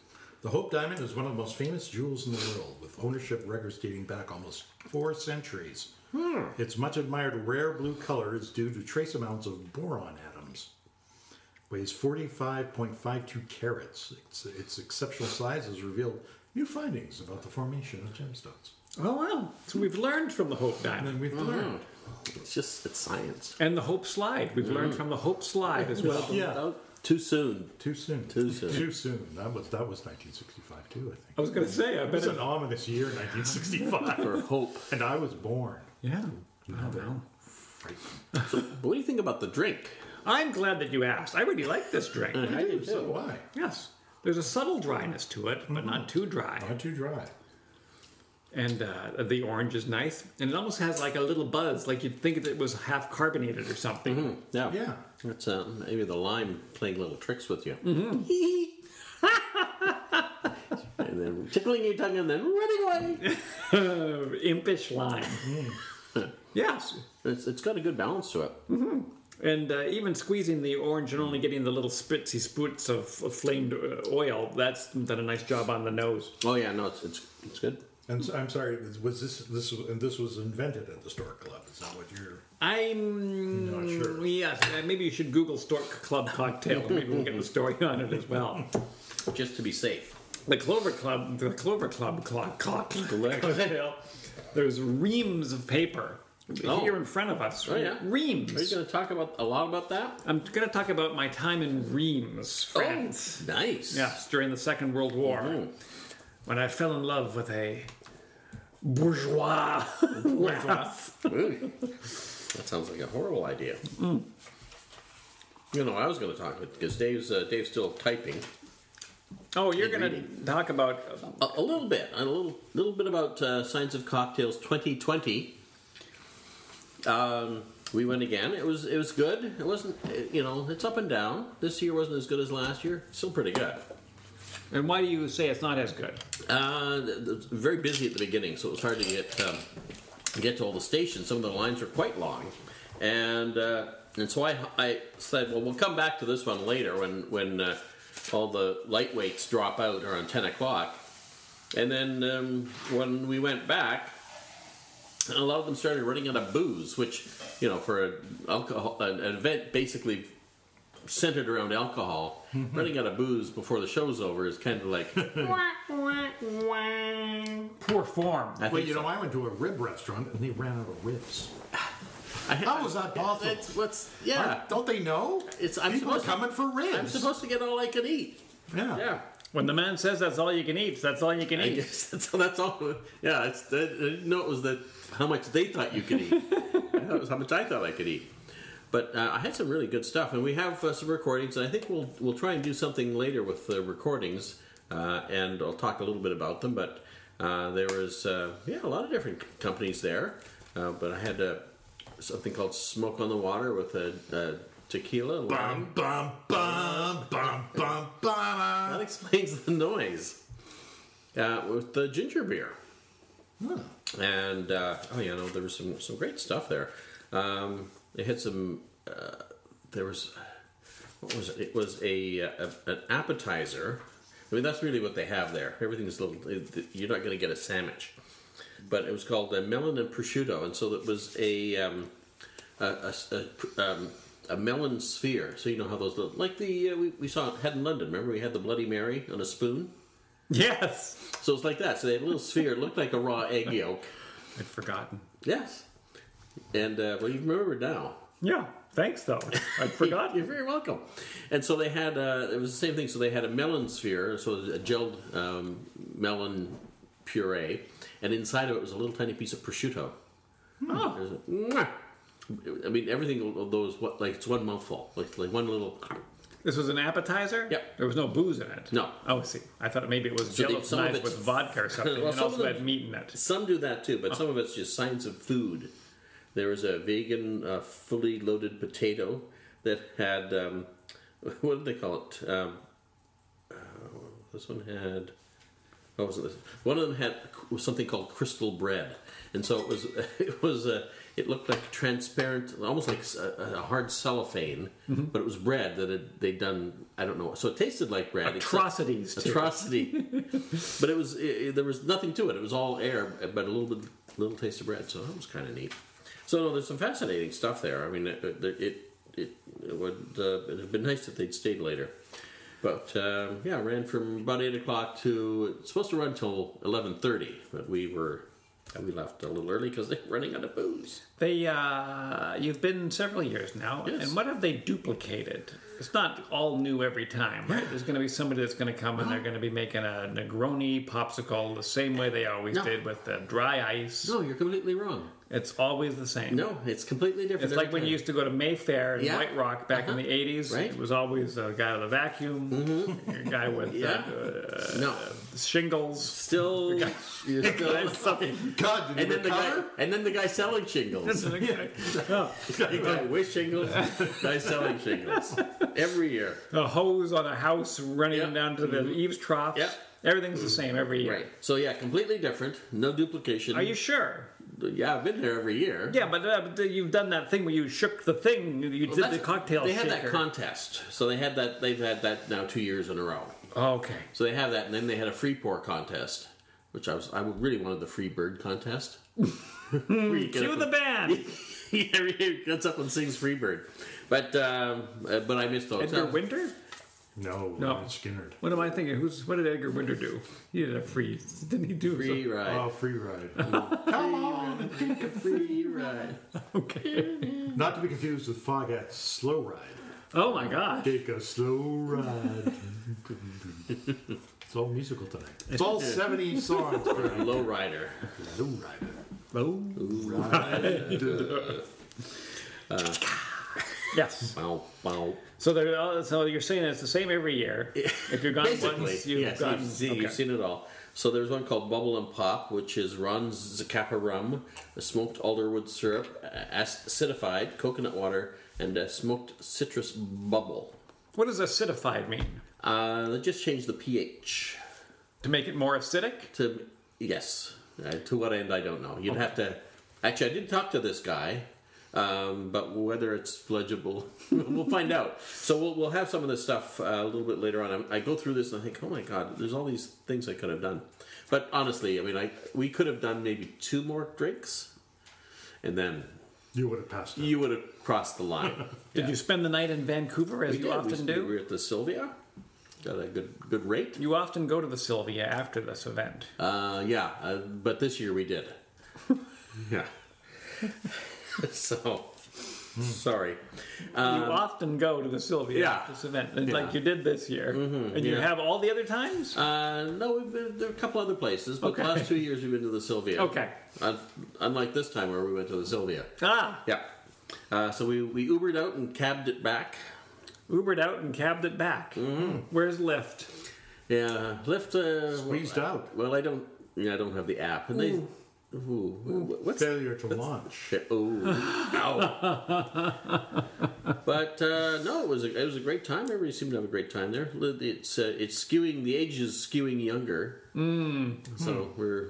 S3: The Hope Diamond is one of the most famous jewels in the world, with ownership records dating back almost four centuries. Its much admired rare blue color is due to trace amounts of boron atoms. Weighs 45.52 carats. Its, its exceptional size has revealed new findings about the formation of gemstones.
S2: Oh wow! So we've learned from the Hope
S3: And
S2: Diamond
S3: then we've learned.
S1: It's just it's science.
S2: and the Hope Slide. We've learned from the Hope Slide as well.
S3: Yeah.
S1: Oh, too soon.
S3: Too soon.
S1: Too soon.
S3: Too soon. That was that was 1965 too. I think.
S2: I was going to say, I bet.
S3: It's
S2: It,
S3: an ominous year, 1965,
S1: For hope.
S3: and I was born.
S2: yeah. I don't know.
S1: But what do you think about the drink?
S2: I'm glad that you asked. I really like this drink.
S1: I do
S3: So why?
S2: Yes. There's a subtle dryness to it, but not too dry.
S3: Not too dry.
S2: And uh, the orange is nice. And it almost has like a little buzz, like you'd think that it was half carbonated or something.
S1: Yeah.
S3: Yeah.
S1: That's uh, maybe the lime playing little tricks with you. and then tickling your tongue and then running away.
S2: Uh, impish lime. yes.
S1: It's, it's got a good balance to it.
S2: And uh, even squeezing the orange and only getting the little spritzy spoots of, of flamed uh, oil, that's done a nice job on the nose.
S1: Oh yeah, no, it's it's, it's good.
S3: And so- I'm sorry, was this this was- and this was invented at the Stork Club? Is that what you're?
S2: I'm
S3: Not sure.
S2: Yes, uh, maybe you should Google Stork Club cocktail. Maybe we'll get the story on it as well.
S1: Just to be safe.
S2: The Clover Club, the Clover Club clock, clock, cocktail. There's reams of paper
S1: Oh.
S2: here in front of us.
S1: Oh, yeah?
S2: Reams.
S1: Are you going to talk about a lot about that?
S2: I'm going to talk about my time in Reims, France.
S1: Oh, nice.
S2: Yes, during the Second World War,
S1: Mhm.
S2: when I fell in love with a bourgeois. lass.
S1: Ooh. that sounds like a horrible idea. You know, I was going to talk about because Dave's uh, Dave's still typing
S2: Oh, you're going
S1: reading.
S2: to talk about.
S1: a, a little bit, a little little bit about uh, Science of Cocktails 2020. Um, we went again. It was it was good. It wasn't it- you know it's up and down. This year wasn't as good as last year. Still pretty good.
S2: And why do you say it's not as good?
S1: Uh, th- th- very busy at the beginning, so it was hard to get um, get to all the stations. Some of the lines were quite long, and uh, and so I I said, well, we'll come back to this one later when when uh, all the lightweights drop out around ten o'clock, and then um, when we went back. A lot of them started running out of booze, which, you know, for a alcohol, an an event basically centered around alcohol, running out of booze before the show's over is kind of like,
S2: Poor form.
S1: I
S3: Well,
S1: think
S3: you
S1: so.
S3: know, I went to a rib restaurant and they ran out of ribs.
S1: I,
S3: How is that possible?
S1: That's what's yeah.
S3: Aren't- Don't they know?
S1: It's- I'm
S3: People are
S1: supposed to-
S3: coming for ribs.
S1: I'm supposed to get all I can eat.
S3: yeah.
S1: Yeah.
S2: When the man says that's all you can eat, that's all you can
S1: I
S2: eat.
S1: guess that's, that's all. Yeah, it's, I didn't know it was the how much they thought you could eat. I thought it was how much I thought I could eat. But uh, I had some really good stuff, and we have uh, some recordings. And I think we'll we'll try and do something later with the recordings, uh, and I'll talk a little bit about them. But uh, there was uh, yeah a lot of different c- companies there. Uh, but I had uh, something called Smoke on the Water with a, uh tequila. lime.
S3: Bum bum bum bum bum bum.
S1: That explains the noise. Uh, with the ginger beer. And, uh, oh, yeah, no, there was some, some great stuff there. Um, they had some, uh, there was, what was it? It was a, uh a an appetizer. I mean, that's really what they have there. Everything's little, you're not going to get a sandwich. But it was called a melon and prosciutto. And so it was a, um, a, a, a, pr- um, a melon sphere. So you know how those look. Like the, uh, we, we saw, had in London, remember we had the Bloody Mary on a spoon?
S2: Yes.
S1: So it's like that. So they had a little sphere. It looked like a raw egg yolk.
S2: I'd forgotten.
S1: Yes. And, uh, well, you remember now.
S2: Yeah. Thanks, though. I'd
S1: You're
S2: forgotten.
S1: very welcome. And so they had, uh, it was the same thing. So they had a melon sphere, so a gelled um, melon puree, and inside of it was a little tiny piece of prosciutto.
S2: Oh.
S1: There's a, mwah. I mean, everything of those, what, like, it's one mouthful, like, like one little.
S2: This was an appetizer?
S1: Yep.
S2: There was no booze in it?
S1: No.
S2: Oh, I see. I thought maybe it was
S1: So they-
S2: jello
S1: some of
S2: knives
S1: it-
S2: with vodka or something,
S1: Well,
S2: and
S1: some of
S2: also
S1: them-
S2: had meat in it.
S1: Some do that too, but some of it's just signs of food. There was a vegan, uh, fully loaded potato that had, um, what did they call it? Um, uh, this one had. What was this? One of them had was something called crystal bread, and so it was. It was. Uh, it looked like transparent, almost like s- a, a hard cellophane, but it was bread that had, they'd done. I don't know. So it tasted like bread. except-
S2: Atrocities, too.
S1: atrocity. but it was it, it- there was nothing to it. It was all air, but a little bit, little taste of bread. So that was kind of neat. So no, there's some fascinating stuff there. I mean, it it it, it would uh, it'd have been nice if they'd stayed later. But um, yeah, it ran from about eight o'clock to it's supposed to run till eleven thirty, but we were we left a little early because they were running out of booze.
S2: They, uh, you've been several years now,
S1: Yes.
S2: and what have they duplicated? It's not all new every time, right? There's going to be somebody that's going to come and they're going to be making a Negroni popsicle the same way they always
S1: No.
S2: did with the dry ice.
S1: No, you're completely wrong.
S2: It's always the same.
S1: No, it's completely different.
S2: It's
S1: every
S2: like when you
S1: time.
S2: used to go to Mayfair in
S1: Yeah. Uh-huh.
S2: White Rock back in the 80s.
S1: Right. Mm-hmm.
S2: It was always a guy with a vacuum, a guy with
S1: Yeah.
S2: uh,
S1: no
S2: shingles.
S1: still you're still.
S3: God, did
S1: And
S3: you
S1: then the guy,
S3: recover?
S1: and then the guy selling shingles. the guy with shingles, guy selling shingles every year.
S2: a hose on a house running
S1: Yep.
S2: down to
S1: Mm-hmm.
S2: the eaves troughs.
S1: Yep. Mm-hmm.
S2: Everything's the same every year.
S1: So yeah, completely different, no duplication.
S2: Are you sure?
S1: yeah, I've been there every year.
S2: Yeah, but, uh, but you've done that thing where you shook the thing. You
S1: Well,
S2: did the
S1: that's-
S2: cocktail.
S1: They had
S2: shaker.
S1: that contest, so they had that. They've had that now two years in a row.
S2: okay.
S1: So they have that, and then they had a free pour contest, which I was I really wanted the free bird contest. Where you get
S2: Cue
S1: up
S2: the
S1: and-
S2: band.
S1: Yeah, he gets up and sings free bird, but um, uh, but I missed those.
S2: Edgar Winter.
S3: No,
S2: No.
S3: Leonard Skinner.
S2: What am I thinking? Who's what did Edgar Winter do? He did a freeze, didn't he? Do
S1: free ride.
S3: Oh, free ride. Come on,
S2: Oh.
S3: take a free
S1: Right.
S2: so- okay.
S3: Not to be confused with Foghat's Slow Ride.
S2: Oh my gosh.
S3: Take a slow ride. it's all musical tonight. It's all 70 songs. Right?
S1: Low rider.
S3: Slow Rider.
S2: Oh. Yes.
S1: Bow, bow.
S2: So they're all, so you're saying it's the same every year. If you're gone
S1: Basically,
S2: once, you've
S1: yes,
S2: gone.
S1: you've, seen,
S2: okay.
S1: you've seen it all. So there's one called Bubble and Pop, which is Ron Zacapa rum, smoked alderwood syrup, a- acidified coconut water, and a smoked citrus bubble.
S2: What does acidified mean?
S1: Uh, they just changed the pH
S2: To make it more acidic?
S1: to yes. Uh, to what end, I don't know. You'd have to. Actually, I did talk to this guy, um, but whether it's legible, we'll find out. So we'll we'll have some of this stuff uh, a little bit later on. I, I go through this and I think, oh my god, there's all these things I could have done. But honestly, I mean, I we could have done maybe two more drinks, and then
S3: You would have passed it.
S1: you would have crossed the line.
S2: Did you spend the night in Vancouver as
S1: We
S2: you
S1: did.
S2: often
S1: we,
S2: do?
S1: We were at the Sylvia. Got a good good rate.
S2: You often go to the Sylvia after this event.
S1: Uh, yeah, uh, but this year we did. yeah. so, sorry.
S2: you often go to the Sylvia
S1: Um, yeah.
S2: after this event, and
S1: Yeah. Mm-hmm,
S2: like you did this year, and you
S1: yeah.
S2: have all the other times.
S1: Uh, no, we've been there are a couple other places, but
S2: Okay.
S1: the last two years we've been to the Sylvia.
S2: Okay.
S1: Un- unlike this time where we went to the Sylvia.
S2: ah,
S1: Yeah. Uh, so we, we Ubered out and cabbed it back.
S2: Ubered out and cabbed it back.
S1: Mm-hmm.
S2: Where's Lyft?
S1: Yeah, Lyft. Uh,
S3: Squeezed
S1: well,
S3: out.
S1: Well, I don't. Yeah, I don't have the app. And they. Ooh, wh- what's
S3: Failure to launch.
S1: Shit. Oh, ow. but uh, no, it was a, it was a great time. Everybody seemed to have a great time there. Li- It's uh, it's skewing the age is skewing younger. Mm. So we're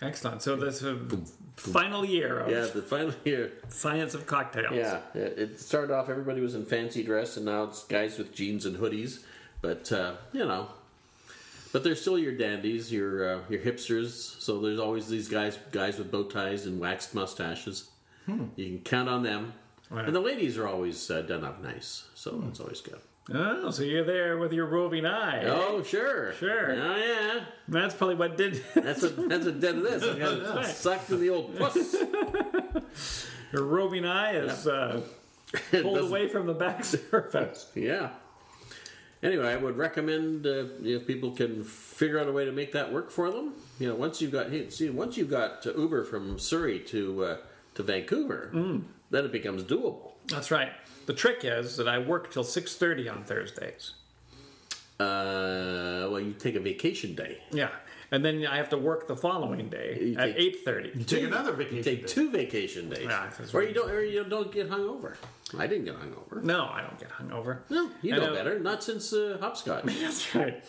S2: Excellent. So this uh, final year of
S1: yeah the uh, final year.
S2: science of cocktails.
S1: Yeah, it it started off everybody was in fancy dress, and now it's guys with jeans and hoodies. But uh, you know, but they're still your dandies, your uh, your hipsters. So there's always these guys guys with bow ties and waxed mustaches. You can count on them.
S2: Hmm. Right. Hmm.
S1: And the ladies are always uh, done up nice, so that's always good.
S2: Oh, so you're there with your roving eye.
S1: Oh sure,
S2: Sure.
S1: oh yeah.
S2: That's probably what did
S1: That's what that's what did this. I got
S2: right.
S1: sucked in the old puss.
S2: your roving eye is uh, pulled
S1: Doesn't-
S2: away from the back surface.
S1: Yeah. Anyway, I would recommend uh, if people can figure out a way to make that work for them. You know, once you've got hey, see, once you've got uh, Uber from Surrey to uh, to Vancouver,
S2: Mm.
S1: then it becomes doable.
S2: That's right. The trick is that I work till six thirty on Thursdays.
S1: Uh, well, you take a vacation day,
S2: Yeah, and then I have to work the following day
S1: You
S2: at
S1: take-
S2: eight thirty.
S3: Take another vacation.
S1: take two vacation days,
S2: Yeah, that's
S1: or
S2: right.
S1: you don't, or you don't get hungover. I didn't get hungover.
S2: No, I don't get hungover.
S1: No, you
S2: And,
S1: know
S2: uh,
S1: better. Not since uh, hopscotch.
S2: That's right.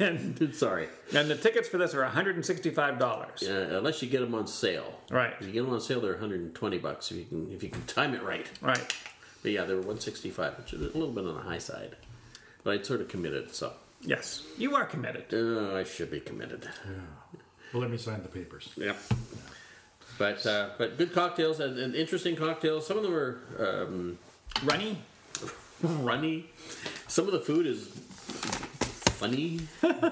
S2: and
S1: Sorry,
S2: and the tickets for this are one hundred and sixty five dollars.
S1: uh, unless you get them on sale.
S2: Right.
S1: If you get them on sale, they're 120 bucks if you can if you can time it right.
S2: Right.
S1: But yeah, they were 165, which is a little bit on the high side. But I'd sort of committed, so
S2: Yes, you are committed.
S1: uh, I should be committed.
S3: Well, let me sign the papers.
S1: Yeah. But uh, but good cocktails and, and interesting cocktails. Some of them are um,
S2: Runny.
S1: runny. Some of the food is funny. Uh,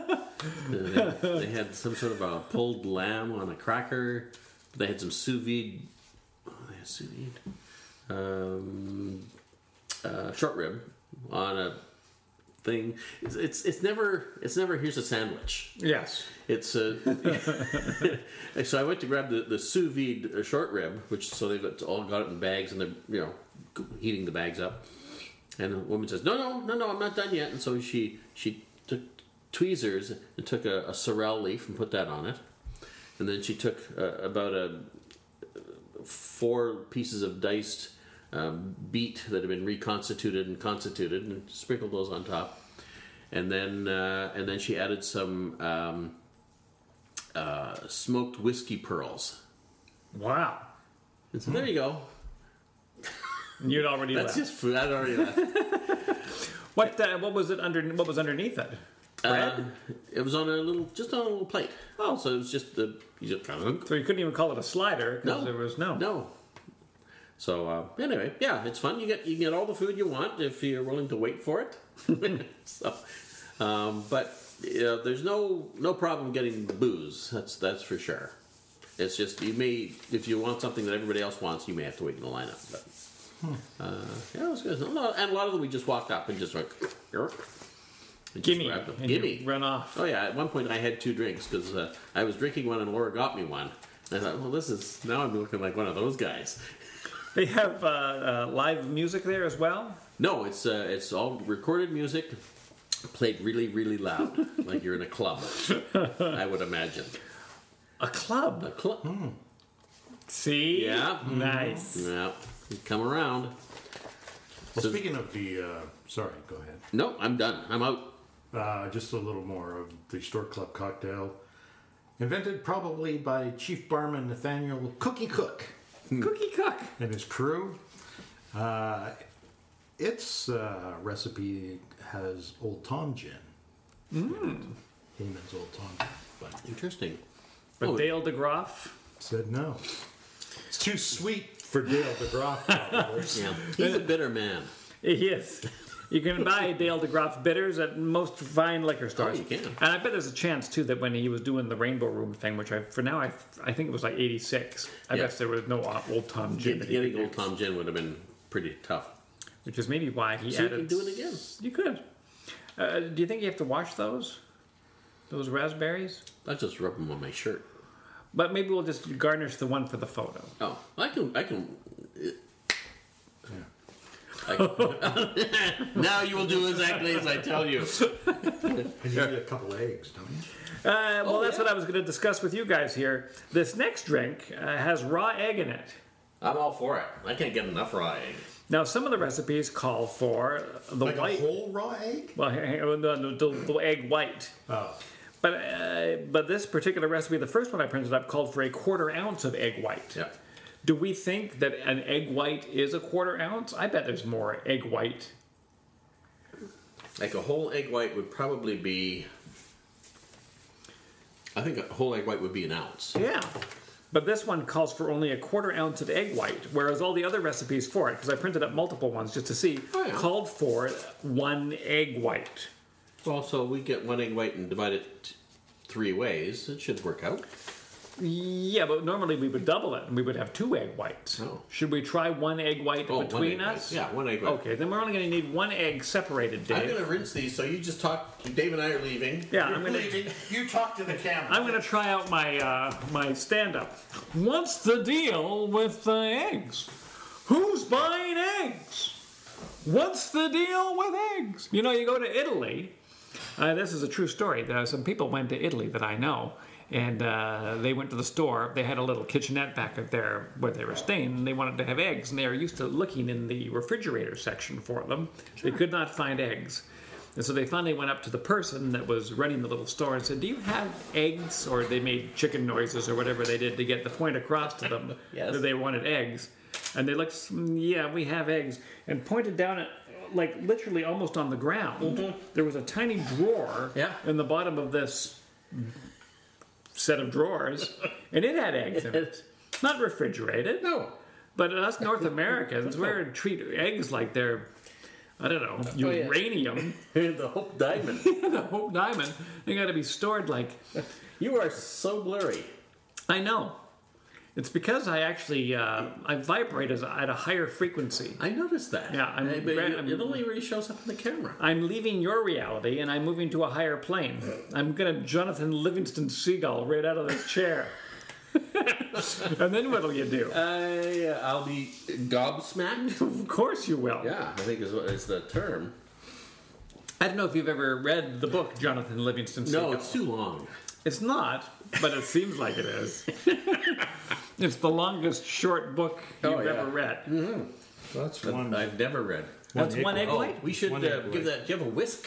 S1: they, they had some sort of a pulled lamb on a cracker. They had some sous vide. Oh, they had sous vide. Um, uh, short rib on a thing. It's, it's it's never it's never here's a sandwich.
S2: Yes.
S1: It's a. so I went to grab the, the sous vide uh, short rib, which so they've got- all got it in bags and they're you know heating the bags up. And the woman says, "No, no, no, no, I'm not done yet." And so she she took tweezers and took a, a sorrel leaf and put that on it, and then she took uh, about a four pieces of diced um, beet that had been reconstituted and constituted, and sprinkled those on top. And then, uh, and then she added some um, uh, smoked whiskey pearls
S2: Wow.
S1: And so there you go.
S2: And You'd already
S1: That's
S2: left.
S1: just food. I'd already left.
S2: What uh, what was it under? What was underneath it?
S1: Uh, it was on a little, just on a little plate. Oh, so it was just the you just
S2: So you couldn't even call it a slider because
S1: No.
S2: there was no.
S1: no. So uh, anyway, yeah, it's fun. You get you get all the food you want if you're willing to wait for it. so, um, but uh, there's no no problem getting booze. That's that's for sure. It's just you may if you want something that everybody else wants, you may have to wait in the lineup. But
S2: Hmm.
S1: uh, yeah, it was good. And a lot- and a lot of them we just walked up and just like, "Yerk," and just
S2: Gimme.
S1: grabbed them.
S2: And you
S1: gimme,
S2: Run off.
S1: Oh yeah, at one point I had two drinks because uh, I was drinking one and Laura got me one. And I thought, well, this is now I'm looking like one of those guys.
S2: They have uh, uh, live music there as well.
S1: No, it's uh, it's all recorded music, played really really loud, like you're in a club. I would imagine
S2: A
S1: a
S2: club.
S1: club.
S2: See.
S1: Yeah.
S2: Nice.
S1: Yeah, you come around.
S3: Well,
S1: So-
S3: speaking of the, uh, sorry, go ahead.
S1: No, I'm done. I'm out.
S3: Uh, just a little more of the Stork Club cocktail, invented probably by Chief Barman Nathaniel Cookie Cook
S1: Mm-hmm.
S2: Cookie cook.
S3: and his crew. Uh, its uh, recipe has Old Tom gin. Mm. Heyman's Old Tom gin, but
S1: Interesting.
S2: But
S1: Oh.
S2: Dale DeGroff.
S3: said no. It's too sweet for Dale DeGroff. probably.
S1: Yeah, he's a bitter man.
S2: Yes. You can buy Dale DeGroff bitters at most fine liquor stores.
S1: Oh, you can.
S2: And I bet there's a chance too that when he was doing the Rainbow Room thing, which I for now I I think it was like '86. I
S1: Yeah.
S2: guess there was no old Tom gin, that he
S1: Getting
S2: could
S1: old
S2: do,
S1: Tom Gin would have been pretty tough.
S2: which is maybe why he
S1: So you
S2: added.
S1: can do it again.
S2: You could. Uh, do you think you have to wash those? Those raspberries?
S1: I just rub them on my shirt.
S2: But maybe we'll just garnish the one for the photo.
S1: Oh, I can, I can. I can- now you will do exactly as I tell you.
S3: and you need a couple eggs, don't you?
S2: Uh, well,
S1: Oh,
S2: that's
S1: yeah.
S2: what I was going to discuss with you guys here. This next drink uh, has raw egg in it.
S1: I'm all for it. I can't get enough raw egg.
S2: Now, some of the recipes call for the
S3: Like
S2: white.
S3: a whole raw egg?
S2: Well, hang- hang on, the, the, the egg white.
S3: Oh.
S2: But uh, but this particular recipe, the first one I printed up, called for a quarter ounce of egg white.
S1: Yeah.
S2: Do we think that an egg white is a quarter ounce? I bet there's more egg white.
S1: Like a whole egg white would probably be. I think a whole egg white would be an ounce.
S2: Yeah. But this one calls for only a quarter ounce of egg white, whereas all the other recipes for it, because I printed up multiple ones just to see,
S1: Oh, yeah.
S2: called for one egg white.
S1: Well, so we get one egg white and divide it t- three ways. It should work out.
S2: Yeah, but normally we would double it and we would have two egg whites.
S1: Oh.
S2: Should we try one egg white
S1: Oh, one
S2: between
S1: egg white.
S2: us?
S1: Yeah, one egg white.
S2: Okay, then we're only going to need one egg separated, Dave.
S1: I'm going to rinse these, so you just talk. Dave and I are leaving.
S2: Yeah, I'm gonna
S3: You talk to the camera.
S2: I'm gonna try out my uh, my stand up. What's the deal with the eggs? Who's buying eggs? What's the deal with eggs? You know, you go to Italy. Uh, this is a true story. There are some people went to Italy that I know, and uh, they went to the store. They had a little kitchenette back at their where they were staying, and they wanted to have eggs. And they were used to looking in the refrigerator section for them. They could not find eggs, and so they finally went up to the person that was running the little store and said, "Do you have eggs?" Or they made chicken noises or whatever they did to get the point across to them
S1: Yes.
S2: that they wanted eggs. And they looked, "Mm, "Yeah, we have eggs," and pointed down at. Like literally almost on the ground, there was a tiny drawer
S1: Mm-hmm. Yeah.
S2: in the bottom of this set of drawers, and it had eggs in it. Not refrigerated,
S1: No.
S2: but us North Americans, we're treat eggs like they're, I don't know,
S1: yeah.
S2: uranium,
S1: the Hope Diamond.
S2: the whole diamond. They got to be stored like,
S1: you are so blurry.
S2: I know. It's because I actually uh, I vibrate as, at a higher frequency.
S1: I noticed that.
S2: Yeah, I'm
S1: Hey, but
S2: gra-
S1: you-
S2: I'm-
S1: it only really shows up in the camera.
S2: I'm leaving your reality and I'm moving to a higher plane. I'm gonna Jonathan Livingston Seagull right out of this chair. and then what'll you do?
S1: I, uh, I'll be gobsmacked.
S2: Of course you will.
S1: yeah, I think is what is the term.
S2: I don't know if you've ever read the book Jonathan Livingston Seagull.
S1: No, it's too long.
S2: It's not, but it seems like it is. it's the longest short book you've
S1: Oh, yeah.
S2: ever read.
S3: That's
S1: One
S3: one.
S1: I've never read.
S2: That's one egg
S1: Oh,
S2: white?
S1: we should
S3: One
S1: uh,
S3: egg
S1: give
S3: white.
S1: that. Do you have a whisk?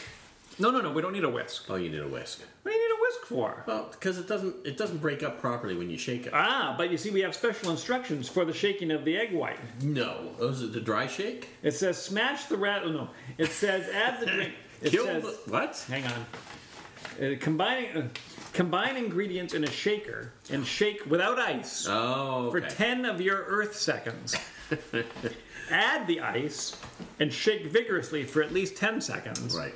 S2: No, no, no, we don't need a whisk.
S1: Oh, you need a whisk.
S2: What do you need a whisk for?
S1: Well, because it doesn't it doesn't break up properly when you shake it.
S2: Ah, but you see, we have special instructions for the shaking of the egg white.
S1: No, oh, is it the dry shake?
S2: It says smash the rat. oh, No, it says add the drink. It
S1: Kill
S2: says
S1: the, what?
S2: hang on. Uh, combining uh, combine ingredients in a shaker and shake without ice
S1: Oh,
S2: for
S1: okay.
S2: ten of your Earth seconds. add the ice and shake vigorously for at least ten seconds.
S1: right.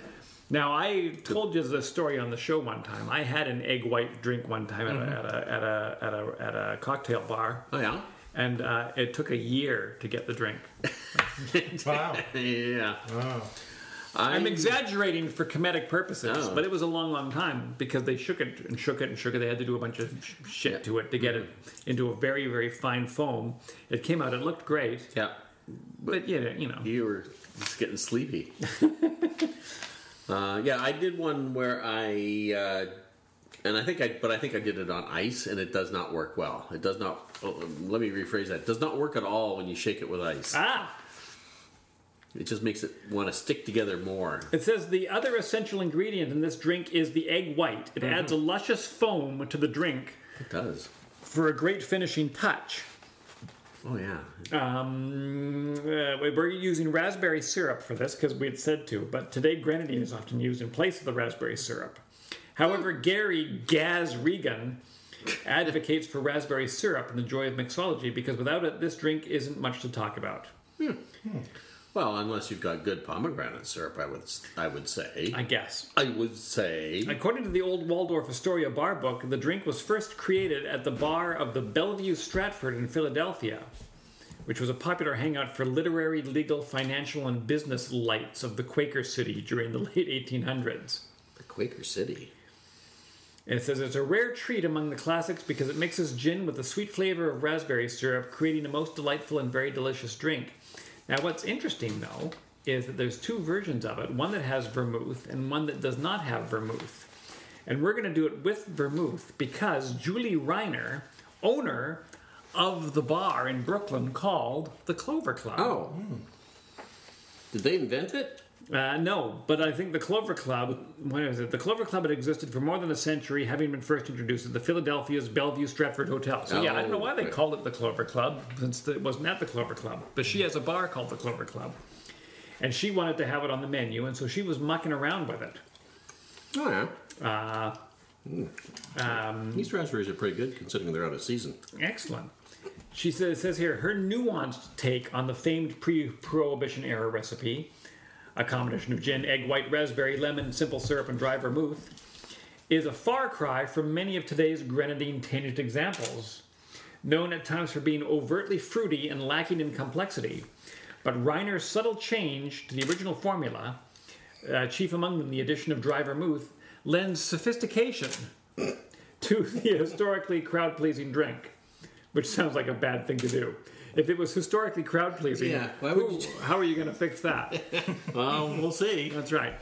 S2: Now, I told you this story on the show one time. I had an egg white drink one time
S1: Mm-hmm.
S2: at, a, at, a, at, a, at, a, at a cocktail bar,
S1: Oh yeah.
S2: and uh, it took a year to get the drink.
S3: Wow.
S1: Yeah.
S3: Wow.
S2: I'm exaggerating for comedic purposes,
S1: Oh.
S2: but it was a long, long time because they shook it and shook it and shook it. They had to do a bunch of sh- shit to it to get it into a very, very fine foam. It came out, it looked great,
S1: Yeah.
S2: but yeah, you know.
S1: You were just getting sleepy. uh, yeah, I did one where I, uh, and I think I, but I think I did it on ice, and it does not work well. It does not. oh, let me rephrase that. It does not work at all when you shake it with ice.
S2: Ah,
S1: It just makes it want to stick together more.
S2: It says the other essential ingredient in this drink is the egg white. It adds a luscious foam to the drink
S1: It does.
S2: for a great finishing touch.
S1: Oh yeah.
S2: Um, uh, we're using raspberry syrup for this because we had said to, but today grenadine is often used in place of the raspberry syrup. However, Gary Gaz Regan advocates for raspberry syrup and the joy of mixology because without it, this drink isn't much to talk about.
S1: Well, unless you've got good pomegranate syrup, I would, I would say.
S2: I guess.
S1: I would say.
S2: According to the old Waldorf Astoria bar book, the drink was first created at the bar of the Bellevue Stratford in Philadelphia, which was a popular hangout for literary, legal, financial, and business lights of the Quaker city during the late 1800s.
S1: the Quaker City.
S2: And it says it's a rare treat among the classics because it mixes gin with the sweet flavor of raspberry syrup, creating a most delightful and very delicious drink. Now, what's interesting though is that there's two versions of it one that has vermouth and one that does not have vermouth. And we're going to do it with vermouth because Julie Reiner, owner of the bar in Brooklyn called the Clover Club.
S1: Oh. Did they invent it?
S2: Uh, no, but I think the Clover Club, what is it? The Clover Club had existed for more than a century, having been first introduced at the Philadelphia's Bellevue Stratford Hotel. So, yeah, I don't know why they
S1: Oh, okay.
S2: called it the Clover Club, since it wasn't at the Clover Club. But she has a bar called the Clover Club. And she wanted to have it on the menu, and so she was mucking around with it.
S1: Oh yeah. Uh, Hmm. These raspberries are pretty good considering they're out of season.
S2: Excellent. She says, says here her nuanced take on the famed pre-prohibition era recipe, a combination of gin, egg white, raspberry, lemon, simple syrup, and dry vermouth, is a far cry from many of today's grenadine tinged examples, known at times for being overtly fruity and lacking in complexity. But Reiner's subtle change to the original formula, uh, chief among them the addition of dry vermouth, lends sophistication to the historically crowd pleasing drink, which sounds like a bad thing to do. If it was historically crowd pleasing,
S1: Yeah, why would you-
S2: how are you going to fix that?
S1: Um, we'll see.
S2: That's right.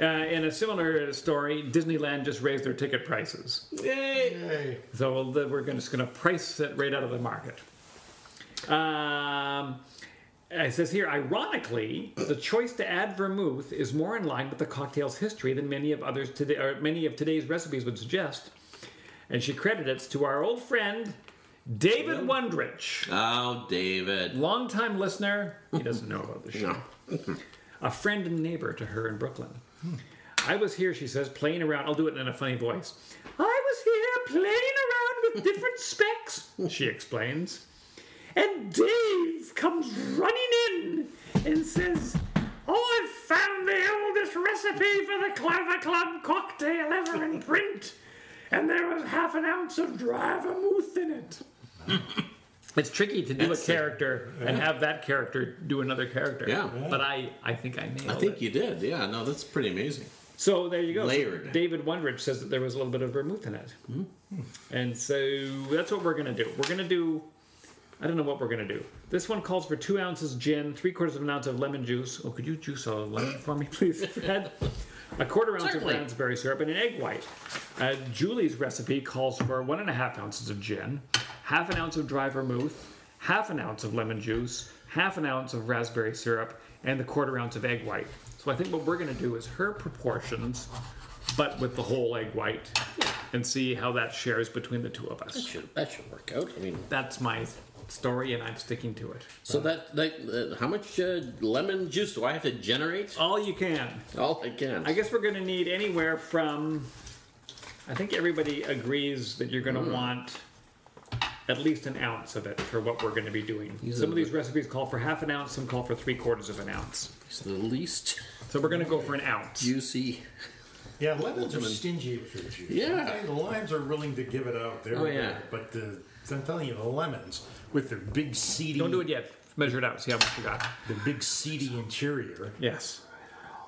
S2: Uh, in a similar story, Disneyland just raised their ticket prices.
S3: Hey.
S2: So the- we're gonna- just going to price it right out of the market. Um, it says here, ironically, the choice to add vermouth is more in line with the cocktail's history than many of others today, or many of today's recipes would suggest. And she credits to our old friend David Wondrich,
S1: Oh, David.
S2: longtime listener. He doesn't know about the show a friend and neighbor to her in Brooklyn. I was here, she says, playing around. I'll do it in a funny voice. I was here playing around with different specs, she explains. And Dave comes running in and says, Oh, I've found the oldest recipe for the Clover Club cocktail ever in print. And there was half an ounce of dry vermouth in it. It's tricky to do a character and have that character do another character.
S1: Yeah.
S2: But I, I think I nailed
S1: I think you did. Yeah, no, that's pretty amazing.
S2: so there you go.
S1: Layered. Hmm.
S2: David Wondrich says that there was a little bit of vermouth in it. And so that's what we're going to do. We're going to do, I don't know what we're going to do. This one calls for two ounces gin, three quarters of an ounce of lemon juice. Oh, could you juice a lemon for me, please, Fred? A quarter ounce
S1: Certainly.
S2: of raspberry syrup and an egg white. Uh, Julie's recipe calls for one and a half ounces of gin, half an ounce of dry vermouth, half an ounce of lemon juice, half an ounce of raspberry syrup, and the quarter ounce of egg white. So I think what we're going to do is her proportions but with the whole egg white, and see how that shares between the two of
S1: That
S2: us.
S1: should, that should work out. I mean,
S2: That's my story, and I'm sticking to it.
S1: so that, that uh, how much uh, lemon juice do I have to generate?
S2: All you can.
S1: All I can.
S2: I guess we're going to need anywhere from. I think everybody agrees that you're going to want at least an ounce of it for what we're going to be doing. Some of these recipes call for half an ounce, some call for three quarters of an ounce.
S1: It's the least
S2: So we're going to go for an ounce.
S1: juicy.
S3: Yeah, lemons are stingy with their juice.
S1: Yeah.
S3: Okay, the limes are willing to give it out. They're
S1: Oh, yeah.
S3: But the, I'm telling you, the lemons with their big seedy,
S2: Don't do it yet. Measure it out. See how much you got.
S3: their big seedy interior,
S2: Yes.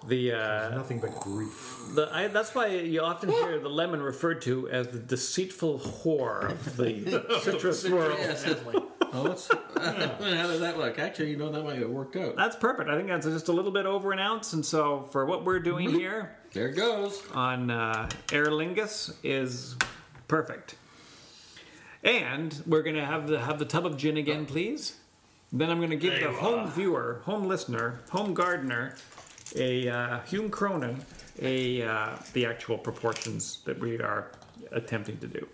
S2: The uh,
S3: nothing but grief.
S2: the I, that's why you often hear the lemon referred to as the deceitful whore of the citrus world.
S1: Yes. oh, it's, how did that look? Actually, you know that might have worked out.
S2: That's perfect. I think that's just a little bit over an ounce, and so for what we're doing here,
S1: There it goes.
S2: on uh, Aer Lingus is perfect. And we're gonna have the have the tub of gin again, please. Then I'm gonna give
S3: There
S2: the
S3: you
S2: home
S3: are.
S2: viewer, home listener, home gardener, a uh, Hume Cronin, a uh, the actual proportions that we are attempting to do.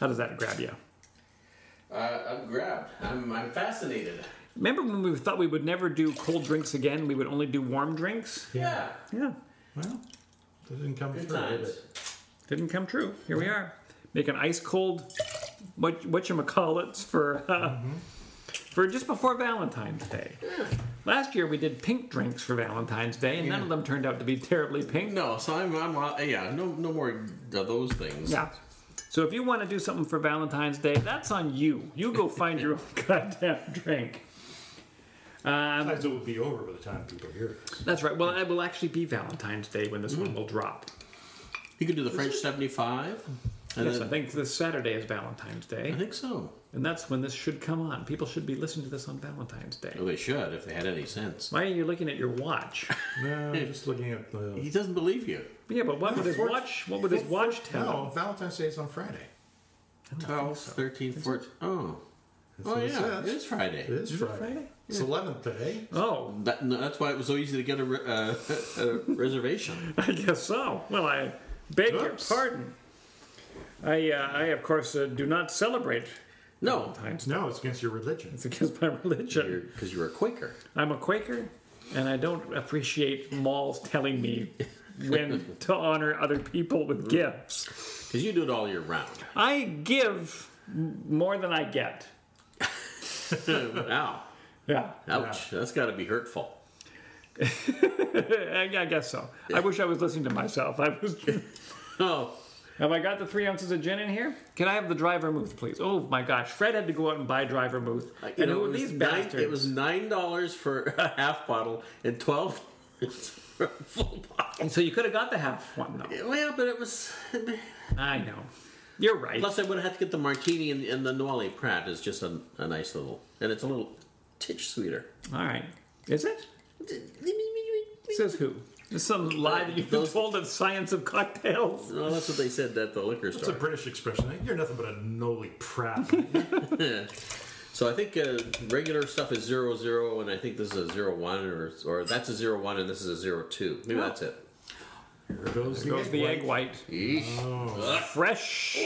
S2: How does that grab you?
S1: Uh, I'm grabbed. I'm, I'm fascinated.
S2: Remember when we thought we would never do cold drinks again? We would only do warm drinks.
S1: Yeah.
S2: Yeah,
S3: Well, that didn't come
S1: Good
S3: through, did
S1: times.
S3: it?
S2: didn't come true. Here we are, making ice cold what what you call it for uh, for just before Valentine's Day. Last year we did pink drinks for Valentine's Day, and none of them turned out to be terribly pink.
S1: No, so I'm, I'm uh, yeah, no, no more of those things.
S2: Yeah. So if you want to do something for Valentine's Day, that's on you. You go find your own goddamn drink. Um,
S3: Sometimes it would be over by the time people hear this.
S2: that's right. Well, it will actually be Valentine's Day when this one will drop.
S1: You could do the French 75. and
S2: Yes,
S1: then-
S2: I think this Saturday is Valentine's
S1: I
S2: Day,
S1: think so.
S2: and that's when this should come on. People should be listening to this on Valentine's Day.
S1: Well, they should if they had any sense.
S2: Why are you looking at your watch?
S3: No, I'm just looking at the.
S1: He doesn't believe you.
S2: Yeah, but what would his
S3: Fourth-
S2: watch? What would his
S3: fourth-
S2: watch tell?
S3: No, Valentine's Day is on Friday.
S1: 12, 13, 14. Oh.
S3: That's
S1: Oh,
S3: what it
S1: yeah.
S3: says.
S1: It is Friday.
S3: It is Friday.
S2: Friday?
S3: It's 11th today.
S2: Oh,
S1: That, no, that's why it was so easy to get a, re- uh, a reservation.
S2: I guess so. Well, I beg your
S3: Oops.
S2: pardon. I, uh, I of course, uh, do not celebrate
S1: No,
S2: times.
S3: No, it's against your religion.
S2: It's against my religion.
S1: because you're a Quaker.
S2: I'm a Quaker, and I don't appreciate malls telling me when to honor other people with gifts.
S1: Because you do it all year round.
S2: I give m- more than I get.
S1: Ow.
S2: Yeah,
S1: Ouch. That's got to be hurtful.
S2: I, I guess so. I wish I was listening to myself. I was.
S1: Oh.
S2: Have I got the three ounces of gin in here? Can I have the dry vermouth, please? Oh my gosh, Fred had to go out and buy dry vermouth.
S1: You
S2: and
S1: know,
S2: who are
S1: it was
S2: these
S1: nine-
S2: bastards?
S1: It was nine dollars for a half bottle and twelve for a full bottle.
S2: And so you could have got the half one though.
S1: Well, but it was.
S2: I know. You're right.
S1: Plus, I would have had to get the martini and, and the Noile Prat is just a, a nice little, and it's a little titch sweeter.
S2: All right. Is it? Says who? It's some lie that you've been
S1: Those-
S2: told at Science of Cocktails.
S1: Well, that's what they said at the liquor
S3: It's a
S1: store.
S3: British expression. You're nothing but a nolly prat.
S1: So I think uh, regular stuff is zero zero, and I think this is a zero one, or or that's a zero one, and this is a zero two. Maybe that's it.
S3: There goes the,
S2: Goes the egg white.
S1: Yeesh.
S2: Fresh.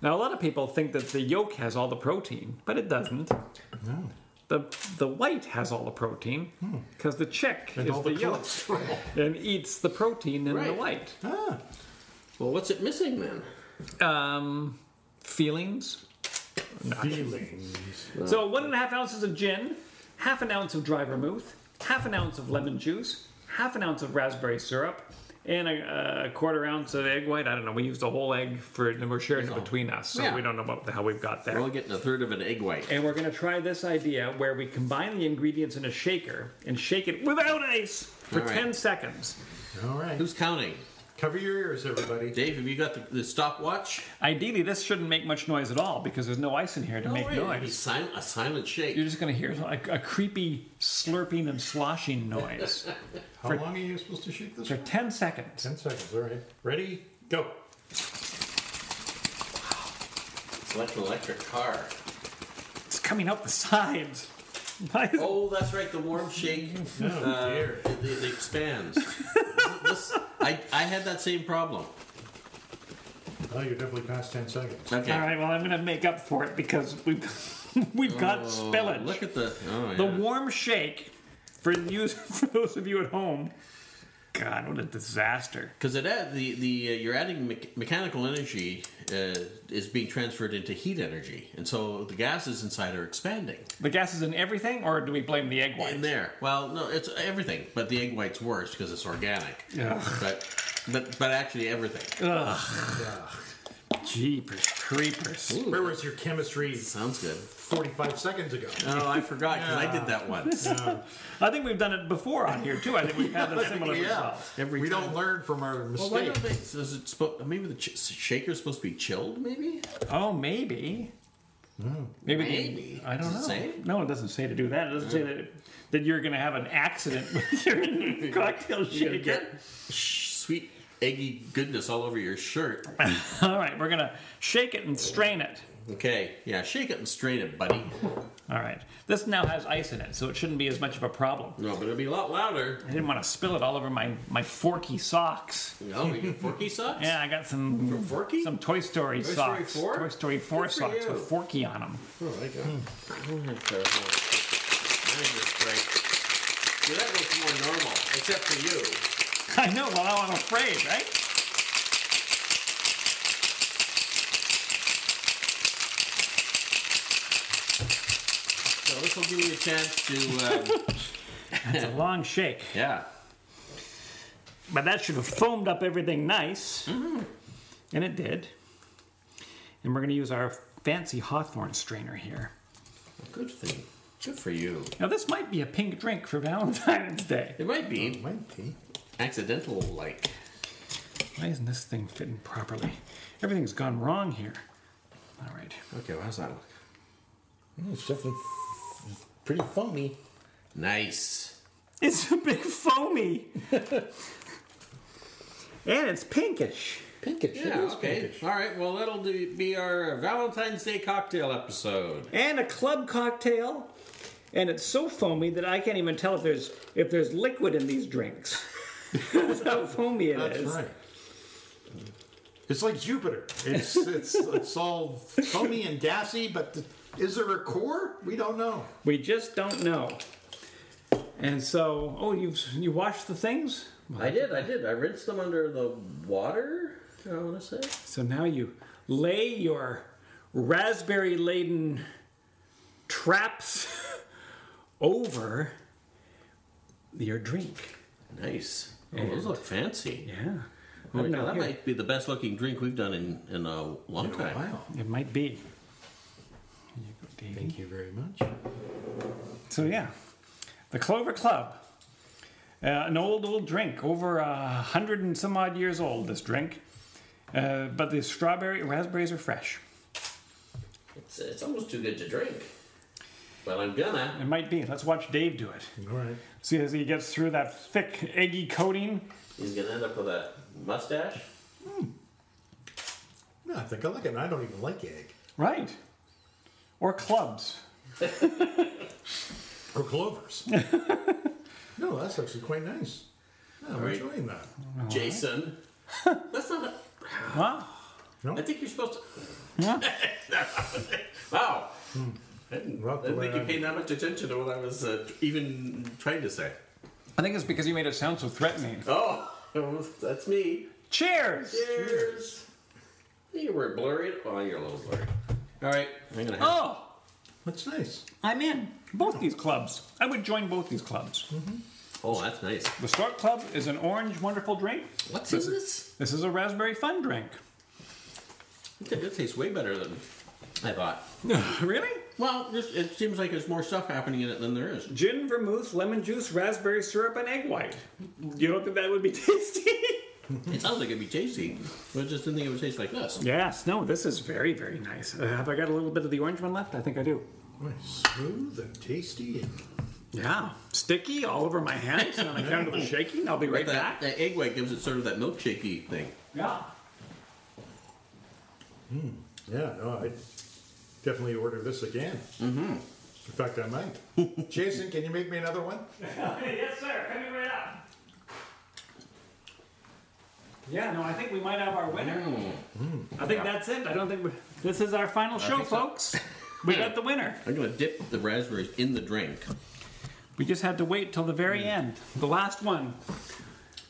S2: Now a lot of people think that the yolk has all the protein, but it doesn't.
S3: No.
S2: The the white has all the protein
S1: Hmm.
S2: because the chick
S3: And
S2: is
S3: all
S2: the,
S3: the
S2: yolk
S3: cholesterol.
S2: and eats the protein in the
S1: Right.
S2: white.
S3: ah,
S1: Well, what's it missing then?
S2: Um, feelings.
S3: feelings.
S2: So one and a half ounces of gin, half an ounce of dry vermouth, half an ounce of lemon juice, half an ounce of raspberry syrup, and a, a quarter ounce of egg white. I don't know. We used the whole egg for, and we're sharing it between us, so
S1: Yeah.
S2: we don't know what the hell we've got there.
S1: We're all getting a third of an egg white.
S2: and we're going to try this idea where we combine the ingredients in a shaker and shake it without ice for
S1: All right.
S2: 10 seconds.
S3: All right.
S1: Who's counting?
S3: Cover your ears, everybody.
S1: Dave, have you got the, the stopwatch?
S2: Ideally, this shouldn't make much noise at all because there's no ice in here to make
S1: Wait, it'd be
S2: noise.
S1: sil- a silent shake.
S2: You're just going to hear a, a creepy slurping and sloshing noise
S3: How long are you supposed to shoot this?
S2: for 10 seconds.
S3: 10 seconds. All right. Ready? Go.
S1: It's like an electric car.
S2: It's coming out the sides. Why is-
S1: Oh, that's right, the warm shake.
S3: No,
S1: Uh,
S3: dear.
S1: it, it expands. this, I, I had that same problem.
S3: Oh, you're definitely past 10 seconds.
S1: Okay.
S2: All right, well, I'm going to make up for it because we've, we've got
S1: Oh,
S2: spillage.
S1: Look at the. Oh, yeah.
S2: The warm shake for you, for those of you at home. God, what a disaster!
S1: Because it add, the the uh, you're adding me- mechanical energy uh, is being transferred into heat energy, and so the gases inside are expanding
S2: The gas is in everything, or do we blame the egg
S1: in
S2: white?
S1: there. Well, no, it's everything, but the egg white's worse because it's organic.
S2: Ugh.
S1: But but but actually everything.
S2: Ugh,
S3: Yeah.
S2: jeepers creepers!
S1: Ooh,
S3: Ah. Where was your chemistry
S1: sounds good.
S3: 45 seconds ago?
S1: Oh, I forgot because I did that once.
S2: I think we've done it before on here too. I think we've had a similar
S3: yeah.
S2: result.
S1: Every
S3: we
S1: time.
S3: don't learn from our
S1: Well, why
S3: mistakes.
S1: don't they? so Is it spo- maybe the ch- shaker's supposed to be chilled? Maybe.
S2: Oh, maybe. Maybe, the-
S1: Hmm. Maybe.
S2: I don't
S1: Does it
S2: know.
S1: say?
S2: No, it doesn't say to do that. It doesn't say that that you're going to have an accident with your cocktail
S1: You're gonna
S2: shaker.
S1: get sh- sweet eggy goodness all over your shirt.
S2: All right, we're going to shake it and strain it.
S1: Okay, yeah, shake it and strain it, buddy.
S2: All right. This now has ice in it, so it shouldn't be as much of a problem.
S1: No, but it'll be a lot louder.
S2: I didn't want to spill it all over my, my forky socks.
S1: Oh, you get forky socks?
S2: Yeah, I got some
S1: Forky?
S2: some Toy Story
S1: Toy Story
S2: socks.
S1: 4?
S2: Toy Story 4
S1: Good for
S2: socks
S1: you.
S2: with forky on them.
S1: Oh my god. Oh, that's terrible. Jesus Christ. Yeah, that looks more normal, except for you.
S2: I know, well, now I'm afraid, right?
S1: So this will give you a chance to, um,
S2: It's a long shake.
S1: yeah.
S2: But that should have foamed up everything nice. And it did. And we're going to use our fancy Hawthorne strainer here.
S1: Good thing. Good for you.
S2: Now, this might be a pink drink for Valentine's Day.
S1: It might be
S3: Might be.
S1: accidental, like.
S2: Why isn't this thing fitting properly? Everything's gone wrong here. All right.
S1: Okay, well, how's that look?
S3: Mm, It's definitely f- pretty foamy.
S1: Nice.
S2: It's a big foamy. and it's pinkish.
S3: Pinkish.
S1: Yeah, okay. All right, well, that'll do, be our uh, Valentine's Day cocktail episode.
S2: And a club cocktail. And it's so foamy that I can't even tell if there's if there's liquid in these drinks. That's how foamy it is.
S3: That's right. It's like Jupiter. It's it's it's all foamy and gassy, but the, is there a core? We don't know.
S2: We just don't know. And so, oh, you you washed the things.
S1: I did, I did. I rinsed them under the water, I want to say.
S2: So now you lay your raspberry laden traps over your drink.
S1: Nice. Oh, those look fancy.
S2: Yeah.
S1: Oh my
S2: Right
S1: God,
S2: now
S1: that
S2: here.
S1: might be the best looking drink we've done in, in a long time.
S3: Wow.
S2: It might be. Here you go, Davey.
S3: Thank you very much.
S2: So yeah, the Clover Club, uh, an old old drink, over a hundred and some odd years old. This drink, uh, but the strawberry raspberries are fresh.
S1: It's, it's almost too good to drink. But I'm gonna.
S2: It might be. Let's watch Dave do it.
S3: All right.
S2: See as he gets through that thick eggy coating.
S1: He's gonna end up with a mustache.
S3: No, I think I like it. and I don't even like egg
S2: Right. Or clubs.
S3: or clovers. no, that's actually quite nice. Yeah, I'm
S1: right.
S3: enjoying that.
S1: Jason. That's not. A,
S2: Huh?
S1: I think you're supposed to. wow. I didn't,
S3: Hmm. Well,
S1: I didn't think you
S3: uh,
S1: paid that much attention to what I was uh, even trying to say.
S2: I think it's because you made it sound so threatening.
S1: Oh, that's me.
S2: Cheers!
S1: Cheers. You were blurry. Well, you're a little blurry. All right. I'm gonna have.
S2: Oh,
S3: That's nice.
S2: I'm in both these clubs. I would join both these clubs.
S1: Oh, that's nice.
S2: The Stork Club is an orange, wonderful drink.
S1: What's in this?
S2: This is a raspberry fun drink.
S1: It does taste way better than I thought.
S2: really?
S1: Well, just, it seems like there's more stuff happening in it than there is.
S2: Gin, vermouth, lemon juice, raspberry syrup, and egg white. You don't think that would be tasty?
S1: It sounds like it'd be tasty, but I just didn't think it would taste like this.
S2: yes, no, this is very, very nice. Uh, have I got a little bit of the orange one left? I think I do.
S3: Nice. Smooth and tasty. And
S2: Yeah, sticky all over my hands and on account of the shaking. I'll be right
S1: But that,
S2: back.
S1: that egg white gives it sort of that milkshakey thing.
S2: Yeah.
S3: yeah, no, I definitely order this again. Mm-hmm. In fact, I might. Jason, can you make me another one?
S2: yes, sir. Coming right up. Yeah, no, I think we might have our winner.
S1: Mm.
S2: I think that's it. I don't think we this is our final show,
S1: think so.
S2: folks. We got the winner.
S1: I'm going to dip the raspberries in the drink.
S2: We just had to wait till the very
S1: Mm.
S2: end, the last one.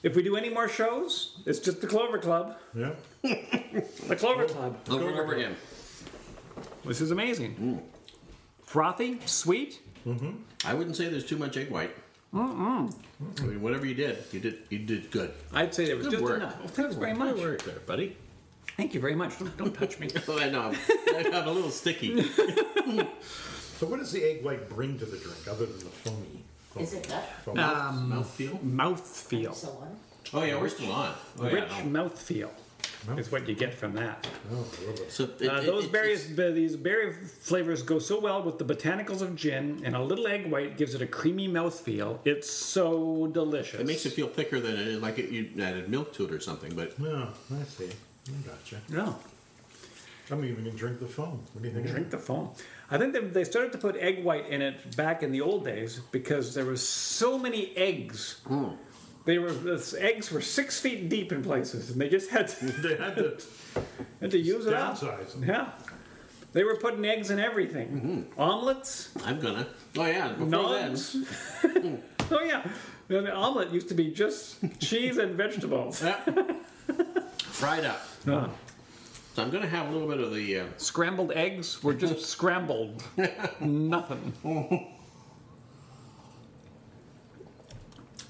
S2: If we do any more shows, it's just the Clover Club.
S3: Yeah.
S2: The Clover Club.
S1: Over and over again.
S2: This is amazing.
S1: Mm.
S2: Frothy, sweet.
S1: I wouldn't say there's too much egg white. Mm-mm. I mean, whatever you did, you did you did good.
S2: I'd say there was
S1: Good
S2: just
S1: work.
S2: enough. Well, thanks very much.
S1: work there, buddy.
S2: Thank you very much. Don't, don't touch me.
S1: Oh, I know. I got a little sticky.
S3: So what does the egg white bring to the drink other than the foamy? foamy
S4: Is it uh, that?
S3: foamy?
S1: Um, Mouthfeel?
S2: Mouthfeel.
S4: So on.
S1: Oh, yeah, we're still on. Oh,
S2: Rich
S1: yeah. no.
S2: mouthfeel is what you get from that.
S3: Oh, a little bit.
S1: So it-
S2: Uh,
S1: it-
S2: those
S1: it-
S2: berries, b- these berry flavors go so well with the botanicals of gin, and a little egg white gives it a creamy mouthfeel. It's so delicious.
S1: It makes it feel thicker than it is, like it, you added milk to it or something. But
S3: No, I see. I gotcha.
S2: Yeah.
S3: I'm even gonna drink the foam. What do you think? of
S2: Drink the foam. I think they, they started to put egg white in it back in the old days because there was so many eggs. They were this, eggs were six feet deep in places, and they just had to,
S3: that? They had to
S2: had to use it up.
S3: downsize them.
S2: Yeah, they were putting eggs in everything. Omelets,
S1: I'm gonna. Oh yeah, before
S2: nugs. oh yeah, Now, the omelet used to be just cheese and vegetables. Uh,
S1: then, yeah. fried up. So I'm gonna have a little bit of the. Uh,
S2: Scrambled eggs were just scrambled. Nothing.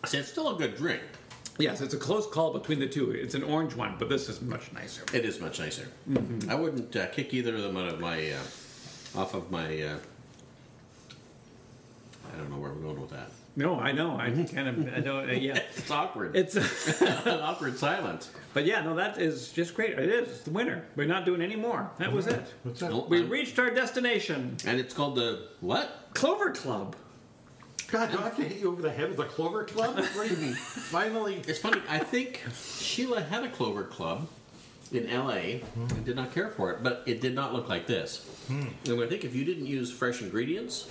S1: see, it's still a good drink.
S2: Yes, it's a close call between the two. It's an orange one, but this is much nicer.
S1: It is much nicer. I wouldn't uh, kick either of them out of my uh, off of my. Uh, I don't know where we're going with that.
S2: No, I know. I kind of, I don't, uh, yeah.
S1: It's awkward.
S2: It's,
S1: an awkward silence.
S2: but yeah, no, that is just great. It is it's the winner. We're not doing any more. That was it.
S3: What's that?
S1: Nope.
S2: We reached our destination,
S1: And it's called the what?
S2: Clover Club.
S3: God, do I have to hit you over the head with a clover club? What do you mean? Finally.
S1: It's funny. I think Sheila had a Clover Club in L.A. and did not care for it, but it did not look like this. And I think if you didn't use fresh ingredients,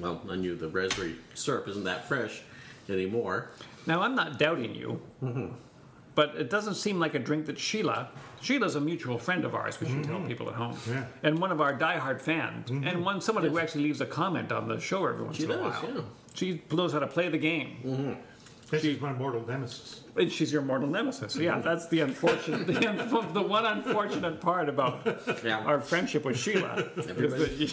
S1: well, I knew the raspberry syrup isn't that fresh anymore.
S2: Now, I'm not doubting you, but it doesn't seem like a drink that Sheila, Sheila's a mutual friend of ours, we should tell
S1: Mm-hmm.
S2: people at home,
S3: Yeah.
S2: and one of our diehard fans, and one someone who actually leaves a comment on the show every once
S1: She
S2: in a
S1: does,
S2: while.
S1: yeah. Mm-hmm.
S2: She knows how to play the game,
S3: This is my mortal nemesis.
S2: and she's your mortal nemesis. So
S1: Mm-hmm.
S2: yeah, that's the unfortunate, the, un- the one unfortunate part about
S1: Yeah.
S2: our friendship with Sheila. is
S1: Everybody-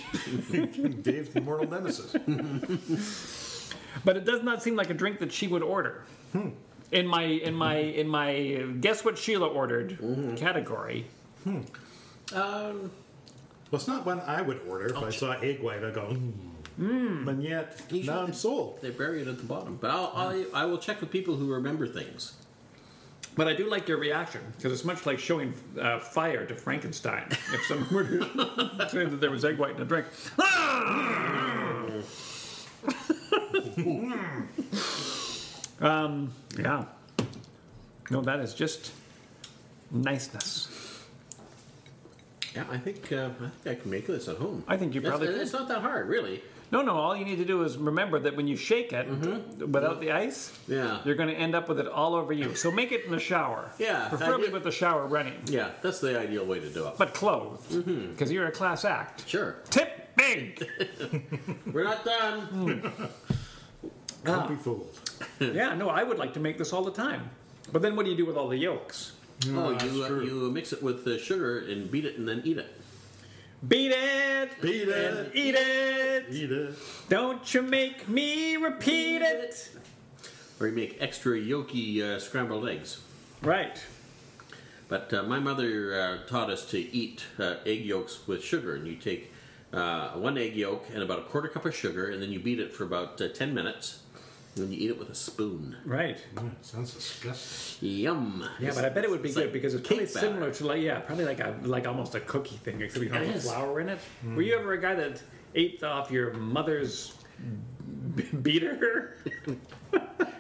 S2: that-
S3: Dave's the mortal nemesis.
S2: but it does not seem like a drink that she would order.
S1: Hmm.
S2: In my in my in my uh, guess what Sheila ordered
S1: Mm-hmm.
S2: category,
S1: Um,
S3: Well, it's not one I would order. If I saw egg white, I'd go, mmm. And yet,
S1: You
S3: now
S1: should-
S3: I'm sold.
S1: They bury it at the bottom. But I'll, I, I will check with people who remember things.
S2: But I do like your reaction because it's much like showing uh, fire to Frankenstein. If someone were to say that there was egg white in a drink, um, yeah, no, that is just niceness.
S1: Yeah, I think uh, I think I can make this at home.
S2: I think you
S1: That's-
S2: probably-
S1: It's not that hard, really.
S2: No, no, all you need to do is remember that when you shake it
S1: Mm-hmm.
S2: without the ice,
S1: Yeah.
S2: you're going to end up with it all over you. So make it in the shower.
S1: Yeah, I
S2: preferably
S1: did-
S2: with the shower running,
S1: Yeah, that's the ideal way to do it.
S2: but clothed because
S1: Mm-hmm.
S2: you're a class act.
S1: Sure.
S2: Tip big.
S1: We're not done.
S3: Don't be fooled.
S2: Yeah, no, I would like to make this all the time. But then what do you do with all the yolks?
S1: oh,
S3: that's
S1: you, uh,
S3: true.
S1: you mix it with uh, sugar and beat it and then eat it.
S2: Beat it!
S3: Beat
S2: and
S3: it.
S2: Eat it!
S3: Eat it.
S2: Don't you make me repeat it!
S1: Or you make extra yolky uh, scrambled eggs.
S2: Right.
S1: But uh, my mother uh, taught us to eat uh, egg yolks with sugar, and you take uh, one egg yolk and about a quarter cup of sugar, and then you beat it for about uh, ten minutes, and then you eat it with a spoon.
S2: Right.
S3: Mm, sounds disgusting.
S1: Yum.
S2: Yeah, but I bet it would be
S1: It's
S2: good
S1: like
S2: because it's probably
S1: cake batter.
S2: similar to like yeah, probably like a like almost a cookie thing except you don't
S1: It
S2: have
S1: is. Hmm.
S2: flour in it. Were you ever a guy that ate off your mother's b- beater?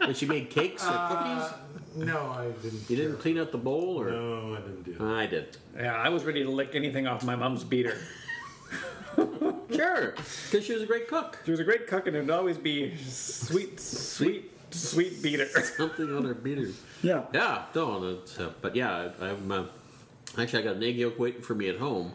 S1: And she made cakes or
S2: Ah.
S1: cookies.
S3: No, I didn't.
S1: You didn't Uh,
S3: care.
S1: clean out the bowl, or
S3: No, I didn't do that.
S1: I did.
S2: yeah, I was ready to lick anything off my mom's beater.
S1: Sure, because she was a great cook.
S2: She was a great cook and it would always be sweet, sweet sweet beater.
S1: Something on our beater.
S2: Yeah.
S1: Yeah, no, it's, uh, but yeah, I- I'm uh, actually I got an egg yolk waiting for me at home,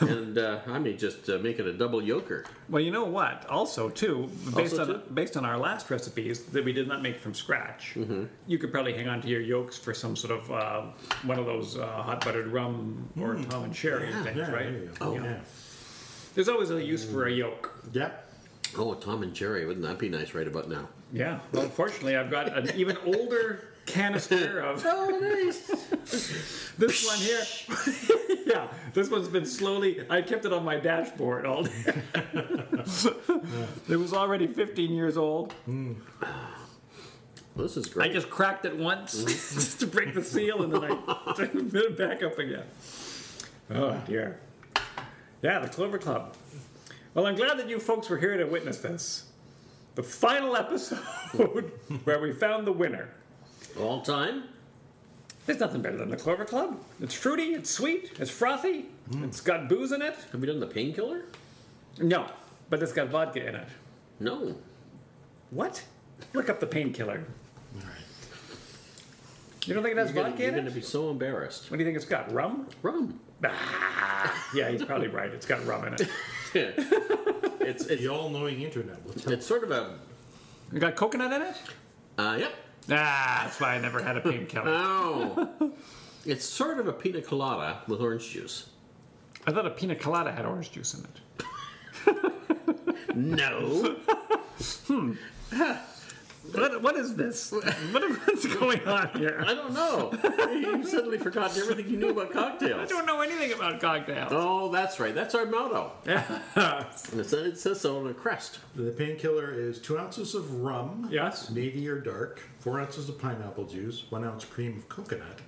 S1: and uh, I may just uh, make it a double yolker.
S2: Well, you know what? Also, too, based
S1: Also,
S2: on
S1: too?
S2: based on our last recipes that we did not make from scratch, you could probably hang on to your yolks for some sort of uh, one of those uh, hot buttered rum or Tom and Sherry things,
S3: Yeah,
S2: right?
S3: there you go.
S1: Oh.
S3: yeah.
S2: There's always a use for a yolk.
S3: Yep.
S1: Oh, Tom and Jerry, wouldn't that be nice right about now?
S2: Yeah. Well, unfortunately, I've got an even older canister of
S1: Oh, nice.
S2: this one here. yeah, this one's been slowly. I kept it on my dashboard all day. it was already 15 years old.
S1: this is
S2: I
S1: great.
S2: just cracked it once just to break the seal, and then I put it back up again. Oh dear. Yeah, the Clover Club. Well, I'm glad that you folks were here to witness this. The final episode where we found the winner.
S1: All time.
S2: There's nothing better than the Clover Club. It's fruity, it's sweet, it's frothy, it's got booze in it.
S1: Have we done the painkiller?
S2: No, but it's got vodka in it.
S1: No.
S2: What? Look up the painkiller.
S3: All right.
S2: You don't think it has
S1: You're
S2: vodka in
S1: going to
S2: it?
S1: be so embarrassed.
S2: What do you think it's got? Rum?
S1: Rum.
S2: Ah, yeah, he's probably right. It's got rum in it.
S1: it's it's
S3: The all-knowing internet will tell.
S1: it's sort of a
S2: You got coconut in it?
S1: uh, yep.
S2: Ah, that's why I never had a painkiller.
S1: Oh. it's sort of a pina colada with orange juice.
S2: I thought a pina colada had orange juice in it.
S1: No.
S2: What, what is this? What, what's going on here?
S1: I don't know. You've suddenly forgotten everything you knew about cocktails.
S2: I don't know anything about cocktails.
S1: Oh, that's right. That's our motto. And It says, it says so on the crest.
S3: The painkiller is two ounces of rum,
S2: Yes.
S3: navy or dark, four ounces of pineapple juice, one ounce cream of coconut,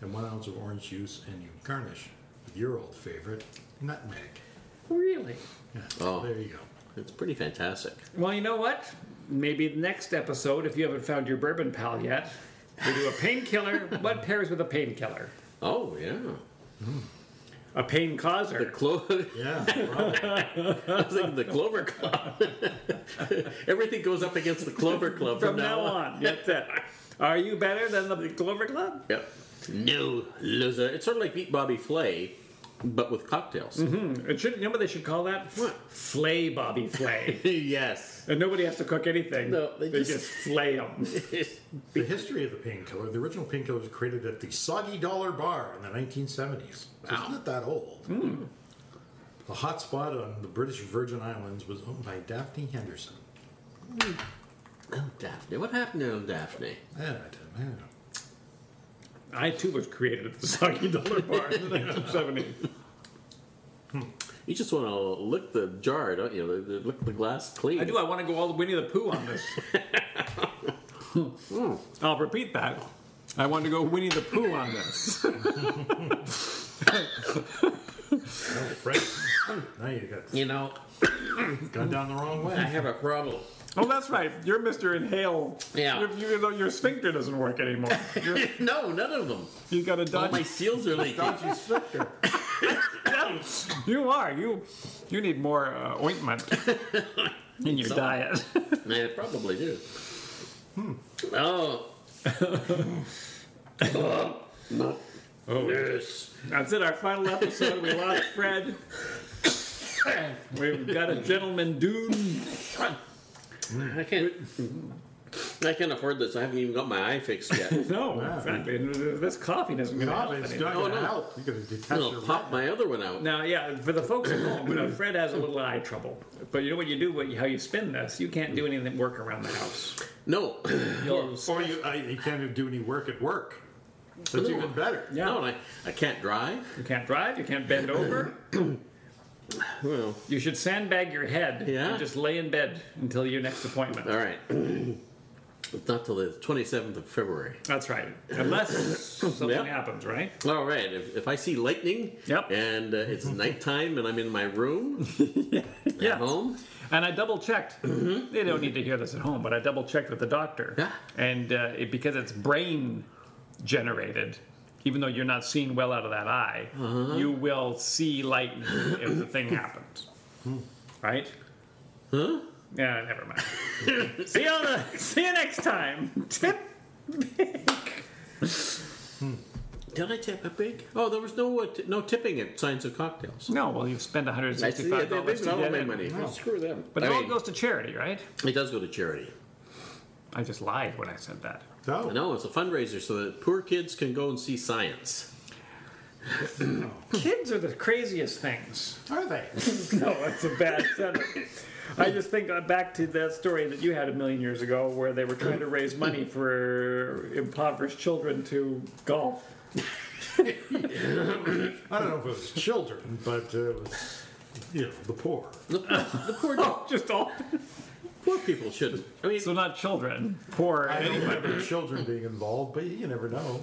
S3: and one ounce of orange juice, and you garnish with your old favorite, nutmeg.
S2: really?
S3: Yeah.
S1: Oh.
S3: There you go.
S1: It's pretty fantastic.
S2: Well, you know what? Maybe the next episode, if you haven't found your bourbon pal yet, we do a painkiller. what pairs with a painkiller?
S1: Oh yeah.
S2: A pain causer.
S1: Clo-
S3: Yeah. wow.
S1: I was thinking the Clover Club. Everything goes up against the Clover Club from,
S2: From now on, that's it. Are you better than the Glover Club?
S1: Yep. No loser. It's sort of like Beat Bobby Flay, but with cocktails.
S2: It should, you know what they should call that?
S1: What?
S2: Flay Bobby Flay.
S1: yes.
S2: and nobody has to cook anything.
S1: No, they
S2: they
S1: just-
S2: just, flay 'em. flay them.
S3: the history of the painkiller. The original painkiller was created at the Soggy Dollar Bar in the 1970s. So
S1: Wow.
S3: It's not that old. The hot spot on the British Virgin Islands was owned by Daphne Henderson.
S1: oh Daphne. What happened to old Daphne?
S3: Yeah, Eh, I don't know.
S2: I too was created at the Soggy Dollar Bar in the 1970s.
S1: You just want to lick the jar, don't you? Lick the glass clean.
S2: I do. I want to go all Winnie the Pooh on this.
S1: Hmm.
S2: I'll repeat that. I want to go Winnie the Pooh on this.
S3: Oh, Fred. now you got
S1: You know,
S3: gone down the wrong
S1: I
S3: way.
S1: have a problem.
S2: oh, that's right. You're Mr. Inhale.
S1: Yeah.
S2: Your- your- your- your sphincter doesn't work anymore. You're-
S1: no, none of them.
S2: you got a
S1: All Oh, my
S2: dodgy.
S1: seals are leaking.
S3: Dodgy sphincter.
S2: You are. You you need more uh, ointment in your
S1: Some.
S2: diet.
S1: I probably do. Hmm. Oh.
S2: Oh,
S1: Yes.
S2: That's it, our final episode. We lost Fred. We've got a gentleman Dune.
S1: I can't. I can't afford this. I haven't even got my eye fixed yet.
S2: No,
S3: Wow.
S2: exactly. This coffee doesn't going to
S3: God,
S2: help
S3: it's
S2: anything.
S3: not
S1: Oh,
S3: going to
S1: no.
S3: help. You're going to detach
S1: I'll
S3: your
S1: pop my other one out.
S2: Now, yeah, for the folks at home, you know, Fred has a little eye trouble. But you know what you do, what, how you spin this, you can't do any of the work around the house.
S1: No.
S2: You'll,
S3: Or you, I, you can't even do any work at work. That's even better.
S2: yeah,
S1: No, and I, I can't drive.
S2: you can't drive, you can't bend over.
S1: Well,
S2: You should sandbag your head
S1: Yeah.
S2: and just lay in bed until your next appointment.
S1: all right. It's not till the 27th of February.
S2: That's right. Unless something
S1: Yep.
S2: happens, right?
S1: All right. If, if I see lightning
S2: Yep.
S1: and uh, it's nighttime and I'm in my room
S2: Yeah.
S1: at home,
S2: And I double checked. They don't need to hear this at home, but I double checked with the doctor.
S1: Yeah.
S2: And uh, it, because it's brain generated, even though you're not seeing well out of that eye, you will see lightning Hmm. if the thing happens. Right? Huh? Yeah, never mind. see you on the, see you next time. Tip.
S1: Did I tip a big? Oh, there was no uh, t- no tipping at Science of Cocktails.
S2: No, well, you spend
S1: I see.
S2: $165
S1: Yeah, they, they
S2: to get
S1: not my
S2: in.
S1: money. Well, Screw them.
S2: But it
S1: I
S2: all
S1: mean,
S2: goes to charity, right?
S1: it does go to charity.
S2: I just lied when I said that.
S3: Oh,
S1: No, it's a fundraiser so that poor kids can go and see science.
S2: Kids are the craziest things.
S3: are they?
S2: No, that's a bad sentence. I just think uh, back to that story that you had a million years ago where they were trying to raise money for impoverished children to golf.
S3: I don't know if it was children, but uh, it was, you know, the poor.
S1: The, the poor
S2: Just all.
S1: poor people shouldn't. I mean,
S2: So, not children, poor.
S3: I don't remember children being involved, but you never know.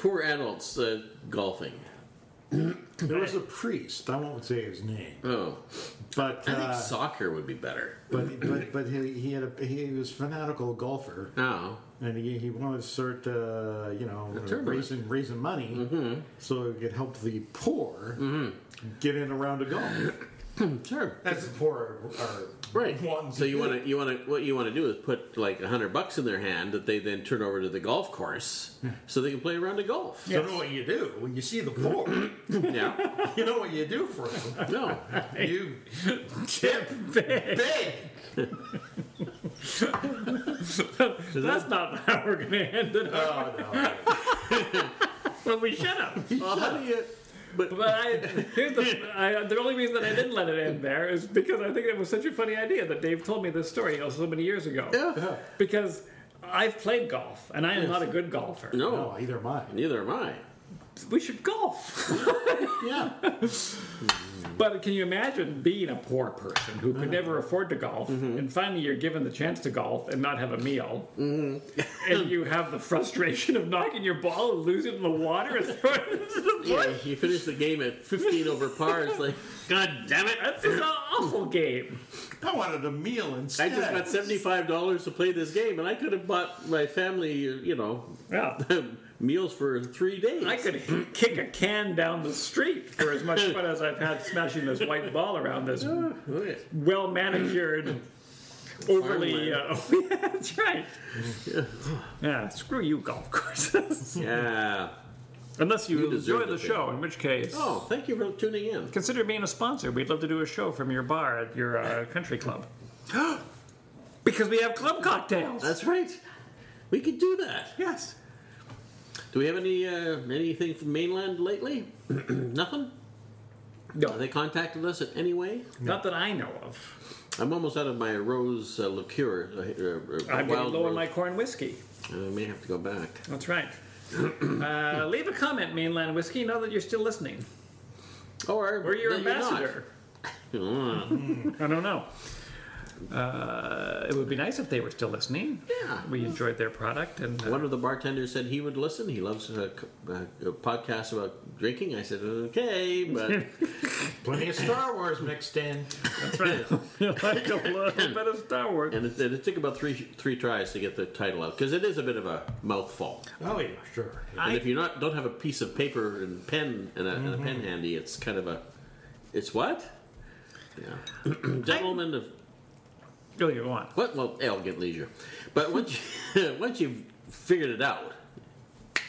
S1: poor adults uh, golfing.
S3: There was a priest. I won't say his name,
S1: Oh,
S3: but
S1: I think
S3: uh,
S1: soccer would be better.
S3: but but, but he, he had a he was a fanatical golfer,
S1: Oh,
S3: and he, he wanted to start uh, you know
S1: tournament.
S3: raising raising money
S1: Mm-hmm.
S3: so it could help the poor get in a round of golf.
S1: sure.
S3: That's the poor are
S1: Right.
S3: wanting
S1: So
S3: to
S1: you
S3: do.
S1: want to you want to what you want to do is put like a hundred bucks in their hand that they then turn over to the golf course so they can play a round of golf.
S3: You know what you do when you see the poor.
S1: Yeah.
S3: you know what you do for them.
S1: No.
S3: You tip
S2: Big.
S3: big.
S2: That's not how we're going to end it.
S3: Oh no.
S2: Well, we should have.
S1: Well, how do you? But
S2: But I, here's the, I, the only reason that I didn't let it end there is because I think it was such a funny idea that Dave told me this story you know, so many years ago.
S1: yeah.
S2: Because I've played golf and I am not a good golfer.
S1: No.
S3: No, either am I.
S1: Neither am I.
S2: We should golf.
S3: Yeah.
S2: but can you imagine being a poor person who
S1: Mm-hmm.
S2: could never afford to golf and finally you're given the chance to golf and not have a meal
S1: Mm-hmm.
S2: and you have the frustration of knocking your ball and losing it in the water and throwing it into the
S1: Yeah,
S2: bush?
S1: you finish the game at 15 over par. It's like, God damn it!
S2: That's an awful game.
S3: I wanted a meal
S1: I
S3: instead.
S1: just got seventy-five dollars to play this game, and I could have bought my family, you know,
S2: Yeah.
S1: meals for three days.
S2: I could kick a can down the street for as much fun as I've had smashing this white ball around this
S1: Okay.
S2: well manicured, overly. Uh, yeah, that's right. Yeah, screw you, golf courses.
S1: Yeah.
S2: Unless you, enjoy
S1: deserve
S2: the
S1: to be.
S2: show, in which case.
S1: Oh, thank you for tuning in.
S2: Consider being a sponsor. We'd love to do a show from your bar at your uh, country club. because we have club cocktails.
S1: That's right. We could do that.
S2: yes.
S1: Do we have any uh, anything from mainland lately? Nothing. Have
S2: No,
S1: they contacted us in any way?
S2: not that I know of.
S1: I'm almost out of my rose uh, liqueur. Uh, uh, uh,
S2: I'm getting
S1: wild
S2: low on
S1: rose.
S2: my corn whiskey.
S1: I may have to go back.
S2: That's right. uh, leave a comment, Mainland Whiskey. Know that you're still listening.
S1: Or
S2: We're your
S1: that you're not.
S2: ambassador. I don't know. Uh, it would be nice if they were still listening.
S1: Yeah.
S2: We enjoyed their product, and uh,
S1: One of the bartenders said he would listen. He loves uh, c- uh, podcasts about drinking. I said okay, but
S3: Plenty of Star Wars mixed in.
S2: that's right. like a little bit of Star Wars.
S1: and it, and it took about three three tries to get the title out because it is a bit of a mouthful.
S3: Oh yeah, sure.
S1: And
S2: I-
S1: if you not don't have a piece of paper and pen and a, and a pen handy, it's kind of a, it's what? Yeah, gentlemen of
S2: Go you want.
S1: what? Well, elegant leisure. But once you, once you've figured it out, you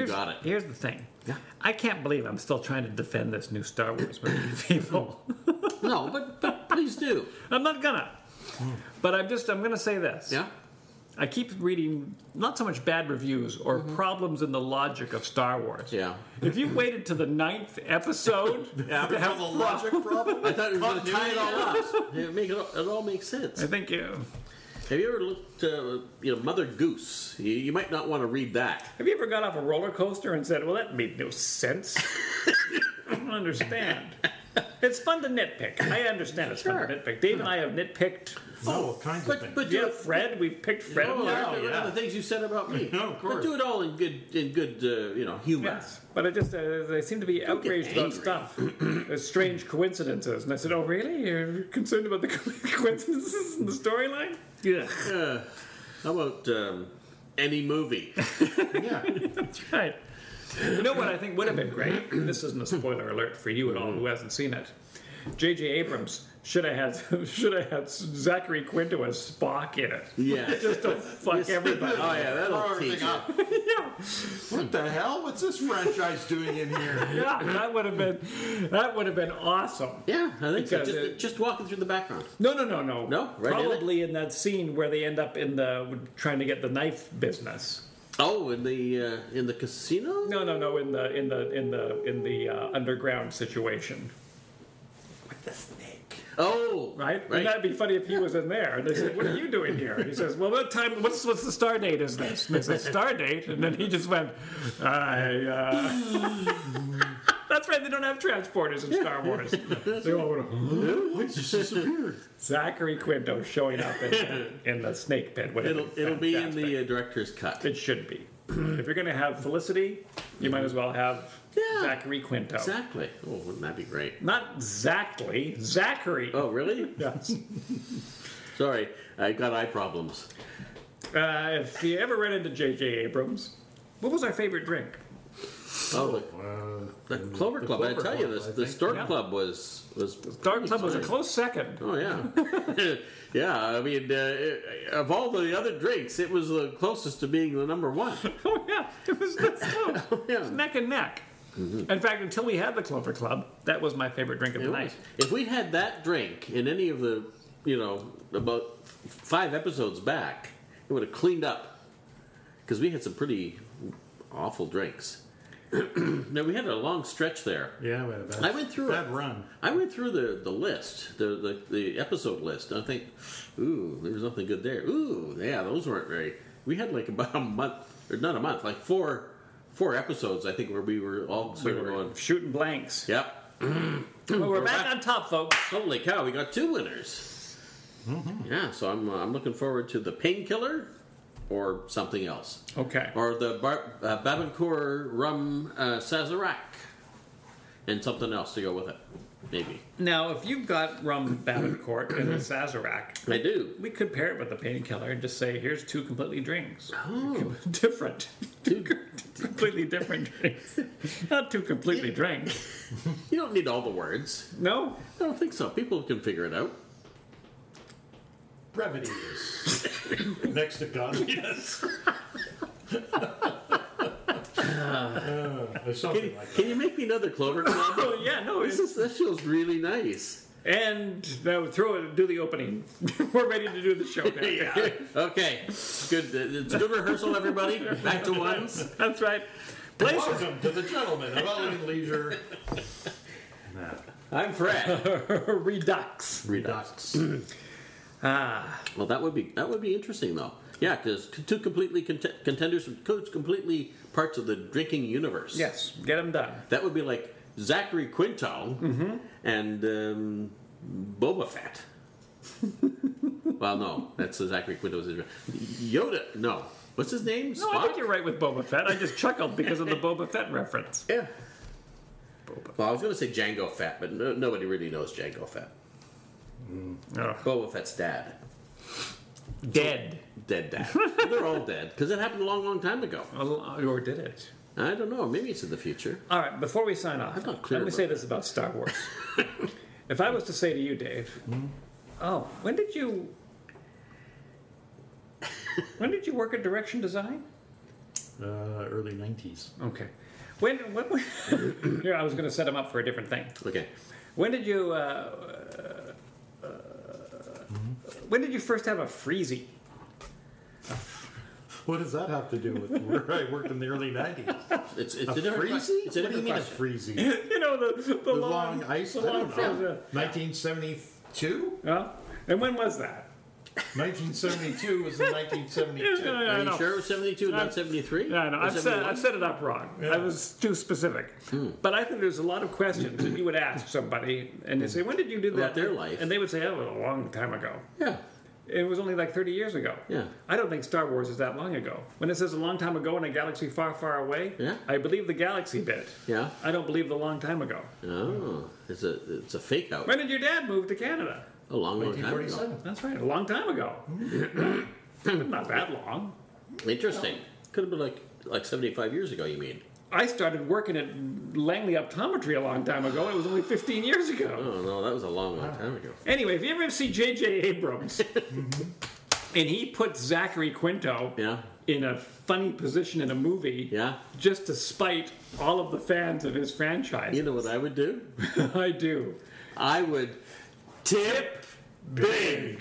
S2: Here's-
S1: got it.
S2: Here's the thing.
S1: Yeah.
S2: I can't believe I'm still trying to defend this new Star Wars movie, people.
S1: No, but but please do.
S2: I'm not gonna. But I'm just I'm gonna say this.
S1: Yeah.
S2: I keep reading not so much bad reviews or problems in the logic of Star Wars.
S1: Mm-hmm. Yeah.
S2: If you waited to the ninth episode,
S3: After the logic problem.
S1: I thought we were going to tie it all
S3: Continuity.
S1: up. Yeah, make it, all, it all makes sense.
S2: I think you.
S1: Have you ever looked, uh, you know, Mother Goose? You, you might not want to read that.
S2: Have you ever got off a roller coaster and said, "Well, that made no sense"? I don't understand. It's fun to nitpick. I understand it's fun
S1: Sure.
S2: to nitpick. Dave and I have nitpicked.
S3: No, all kinds of
S1: But
S3: things.
S1: but do
S2: Yeah,
S1: it
S2: Fred. We've picked Fred.
S1: Oh,
S3: Yeah,
S1: yeah,
S3: yeah.
S1: the things you said about me.
S3: No, of course.
S1: But do it all in good, in good, uh, you know, humor.
S2: Yes, but I just uh, they seem to be
S1: get
S2: outraged about
S1: angry.
S2: stuff, uh, strange coincidences, and I said, "Oh, really? You're concerned about the coincidences in the storyline?" Yeah,
S1: Uh, how about um, any movie?
S2: Oh,
S3: yeah.
S2: that's right. You know what I think would have been great? This isn't a spoiler alert for you at all who hasn't seen it. J.J. Abrams Should have had should have had Zachary Quinto as Spock in it.
S1: Yeah.
S2: Just to fuck everybody.
S1: Oh yeah, that'll teach you.
S3: What the hell? What's this franchise doing in here?
S2: Yeah, that would have been that would have been awesome.
S1: Yeah, I think so.
S2: Because
S1: Just,
S2: it-
S1: just walking through the background.
S2: No, no, no, no.
S1: No, right in it?
S2: Probably in, that scene where they end up in the trying to get the knife business.
S1: Oh, in the uh, in the casino.
S2: No, no, no. In the in the in the in the uh, underground situation. With the snake.
S1: Oh,
S2: Right?
S1: right.
S2: And that'd be funny if he was in there. And they said, What are you doing here? And he says, Well, what time, what's, what's the star date is this? And they said, Star date. And then he just went, I, uh. That's right, they don't have transporters in Star Wars. they all went, "Huh?"
S3: It just disappeared.
S2: Zachary Quinto showing up in, in the snake pit. would've
S1: It'll
S2: been
S1: it'll be in
S2: fantastic.
S1: the uh, director's cut.
S2: It should be. if you're going to have Felicity, you might as well have
S1: Yeah.
S2: Zachary Quinto.
S1: Exactly. Oh, wouldn't that be great?
S2: Not Zachary, Zachary.
S1: Oh, really?
S2: Yes.
S1: Sorry, I got eye problems.
S2: Uh, if you ever ran into J.J. Abrams, what was our favorite drink?
S1: Oh, the,
S3: Uh,
S1: the Clover Club. I
S3: Clover
S1: tell you,
S3: Club, I
S1: the, the
S3: think.
S1: Stork
S2: Yeah.
S1: Club was was
S2: Dark Club was a
S1: fine.
S2: close second.
S1: Oh yeah, yeah. I mean, uh, of all the other drinks, it was the closest to being the number one.
S2: Oh yeah, it was this close.
S1: Oh, yeah. Mm-hmm.
S2: It was neck and neck. In fact, until we had the Clover Club, that was my favorite drink of the
S1: It
S2: night.
S1: was. If we had that drink in any of the, you know, about five episodes back, it would have cleaned up because we had some pretty awful drinks. now we had a long stretch there.
S3: yeah, we had a bad,
S1: I went through
S3: bad
S1: it.
S3: run.
S1: I went through the, the list, the, the the episode list. And I think, ooh, there was nothing good there. Ooh, yeah, those weren't very. We had like about a month, or not a month, like four four episodes. I think where we were all
S2: We
S1: sort of
S2: were
S1: going,
S2: shooting blanks.
S1: yep,
S2: Well, we're, back, on top, folks.
S1: Holy cow, we got two winners.
S2: Mm-hmm.
S1: Yeah, so I'm, uh, I'm looking forward to the painkiller or something else.
S2: Okay.
S1: Or the Bar- uh, Babancourt rum uh, Sazerac and something else to go with it. Maybe.
S2: Now, if you've got rum Babancourt and a Sazerac,
S1: I do.
S2: we could pair it with the painkiller and just say, "Here's two completely drinks, Oh. different,
S1: Two,
S2: completely different drinks, not two completely drinks."
S1: you don't need all the words.
S2: No,
S1: I don't think so. People can figure it out.
S3: Brevity is next to godliness. uh, or
S1: Can
S3: something
S1: you,
S3: like that.
S1: can you make me another Clover
S2: Oh
S1: Club?
S2: yeah, no.
S1: this, is, this feels really nice.
S2: and now throw it. Do the opening. We're ready to do the show now.
S1: okay. Good. It's good rehearsal, everybody. Back to ones.
S2: That's right. Place
S3: Welcome to the gentlemen of Ellen Leisure.
S1: I'm Fred.
S2: redux.
S3: Redux.
S2: Ah,
S1: Well, that would be that would be interesting though. Yeah, because two completely cont- contenders from two completely parts of the drinking universe.
S2: yes. Get them done.
S1: that would be like Zachary Quinto
S2: Mm-hmm.
S1: and um, Boba Fett. well, no, that's the Zachary Quinto's Yoda. No, what's his name?
S2: No, I think you're right with Boba Fett. I just chuckled because of the Boba Fett reference.
S1: Yeah. Well, I was going to say Django Fett, but no, nobody really knows Django Fett.
S2: Oh.
S1: Boba Fett's dad,
S2: Dead.
S1: dead dad. They're all dead because it happened a long, long time ago.
S2: Or did it?
S1: I don't know. Maybe it's in the future.
S2: All right. Before we sign off,
S1: I'm not clear
S2: let me
S1: about
S2: say this about Star Wars. if I was to say to you, Dave, oh, when did you? when did you work at Direction Design?
S3: Uh, early 90s.
S2: Okay. When, when, when here I was going to set him up for a different thing.
S1: Okay.
S2: When did you uh, uh, when did you first have a freezy?
S3: What does that have to do with where I worked in the early 90s?
S1: It's, it's
S3: A
S1: a different que-
S3: freezy?
S1: It's a
S3: what do you
S1: different
S3: mean a
S1: question.
S3: freezy?
S2: You know the the,
S3: The long ice?
S2: the
S3: I don't
S2: long
S3: know.
S2: freezer.
S3: 1972?
S2: Huh? and when was that?
S3: 1972 was in 1972.
S1: Are you sure it was 72 and
S2: I'm-
S1: not 73?
S2: No, no,
S1: Or
S2: I've set,
S1: 71?
S2: I've set it up wrong. I was too specific.
S1: Hmm.
S2: But I think there's a lot of questions that you would ask somebody, and they say, "When did you do that?"
S1: About their life.
S2: and they would say, "Oh, it was a long time ago."
S1: Yeah.
S2: It was only like 30 years ago.
S1: Yeah.
S2: I don't think Star Wars is that long ago. When it says a long time ago in a galaxy far, far away,
S1: Yeah.
S2: I believe the galaxy bit.
S1: Yeah.
S2: I don't believe the long time ago.
S1: Oh, it's a it's a fake out.
S2: When did your dad move to Canada?
S1: A long, long time ago.
S3: 1947.
S2: That's right, a long time ago. Not that long.
S1: Hmm. Interesting. Could have been like like 75 years ago. You mean?
S2: I started working at Langley Optometry a long time ago. It was only 15 years ago.
S1: Oh no, that was a long, long time ago.
S2: Anyway, if you ever see J.J. Abrams, and he put Zachary Quinto
S1: Mm-hmm. Yeah,
S2: in a funny position in a movie
S1: yeah.
S2: just to spite all of the fans of his franchise.
S1: You know what I would do?
S2: I do.
S1: I would tip big.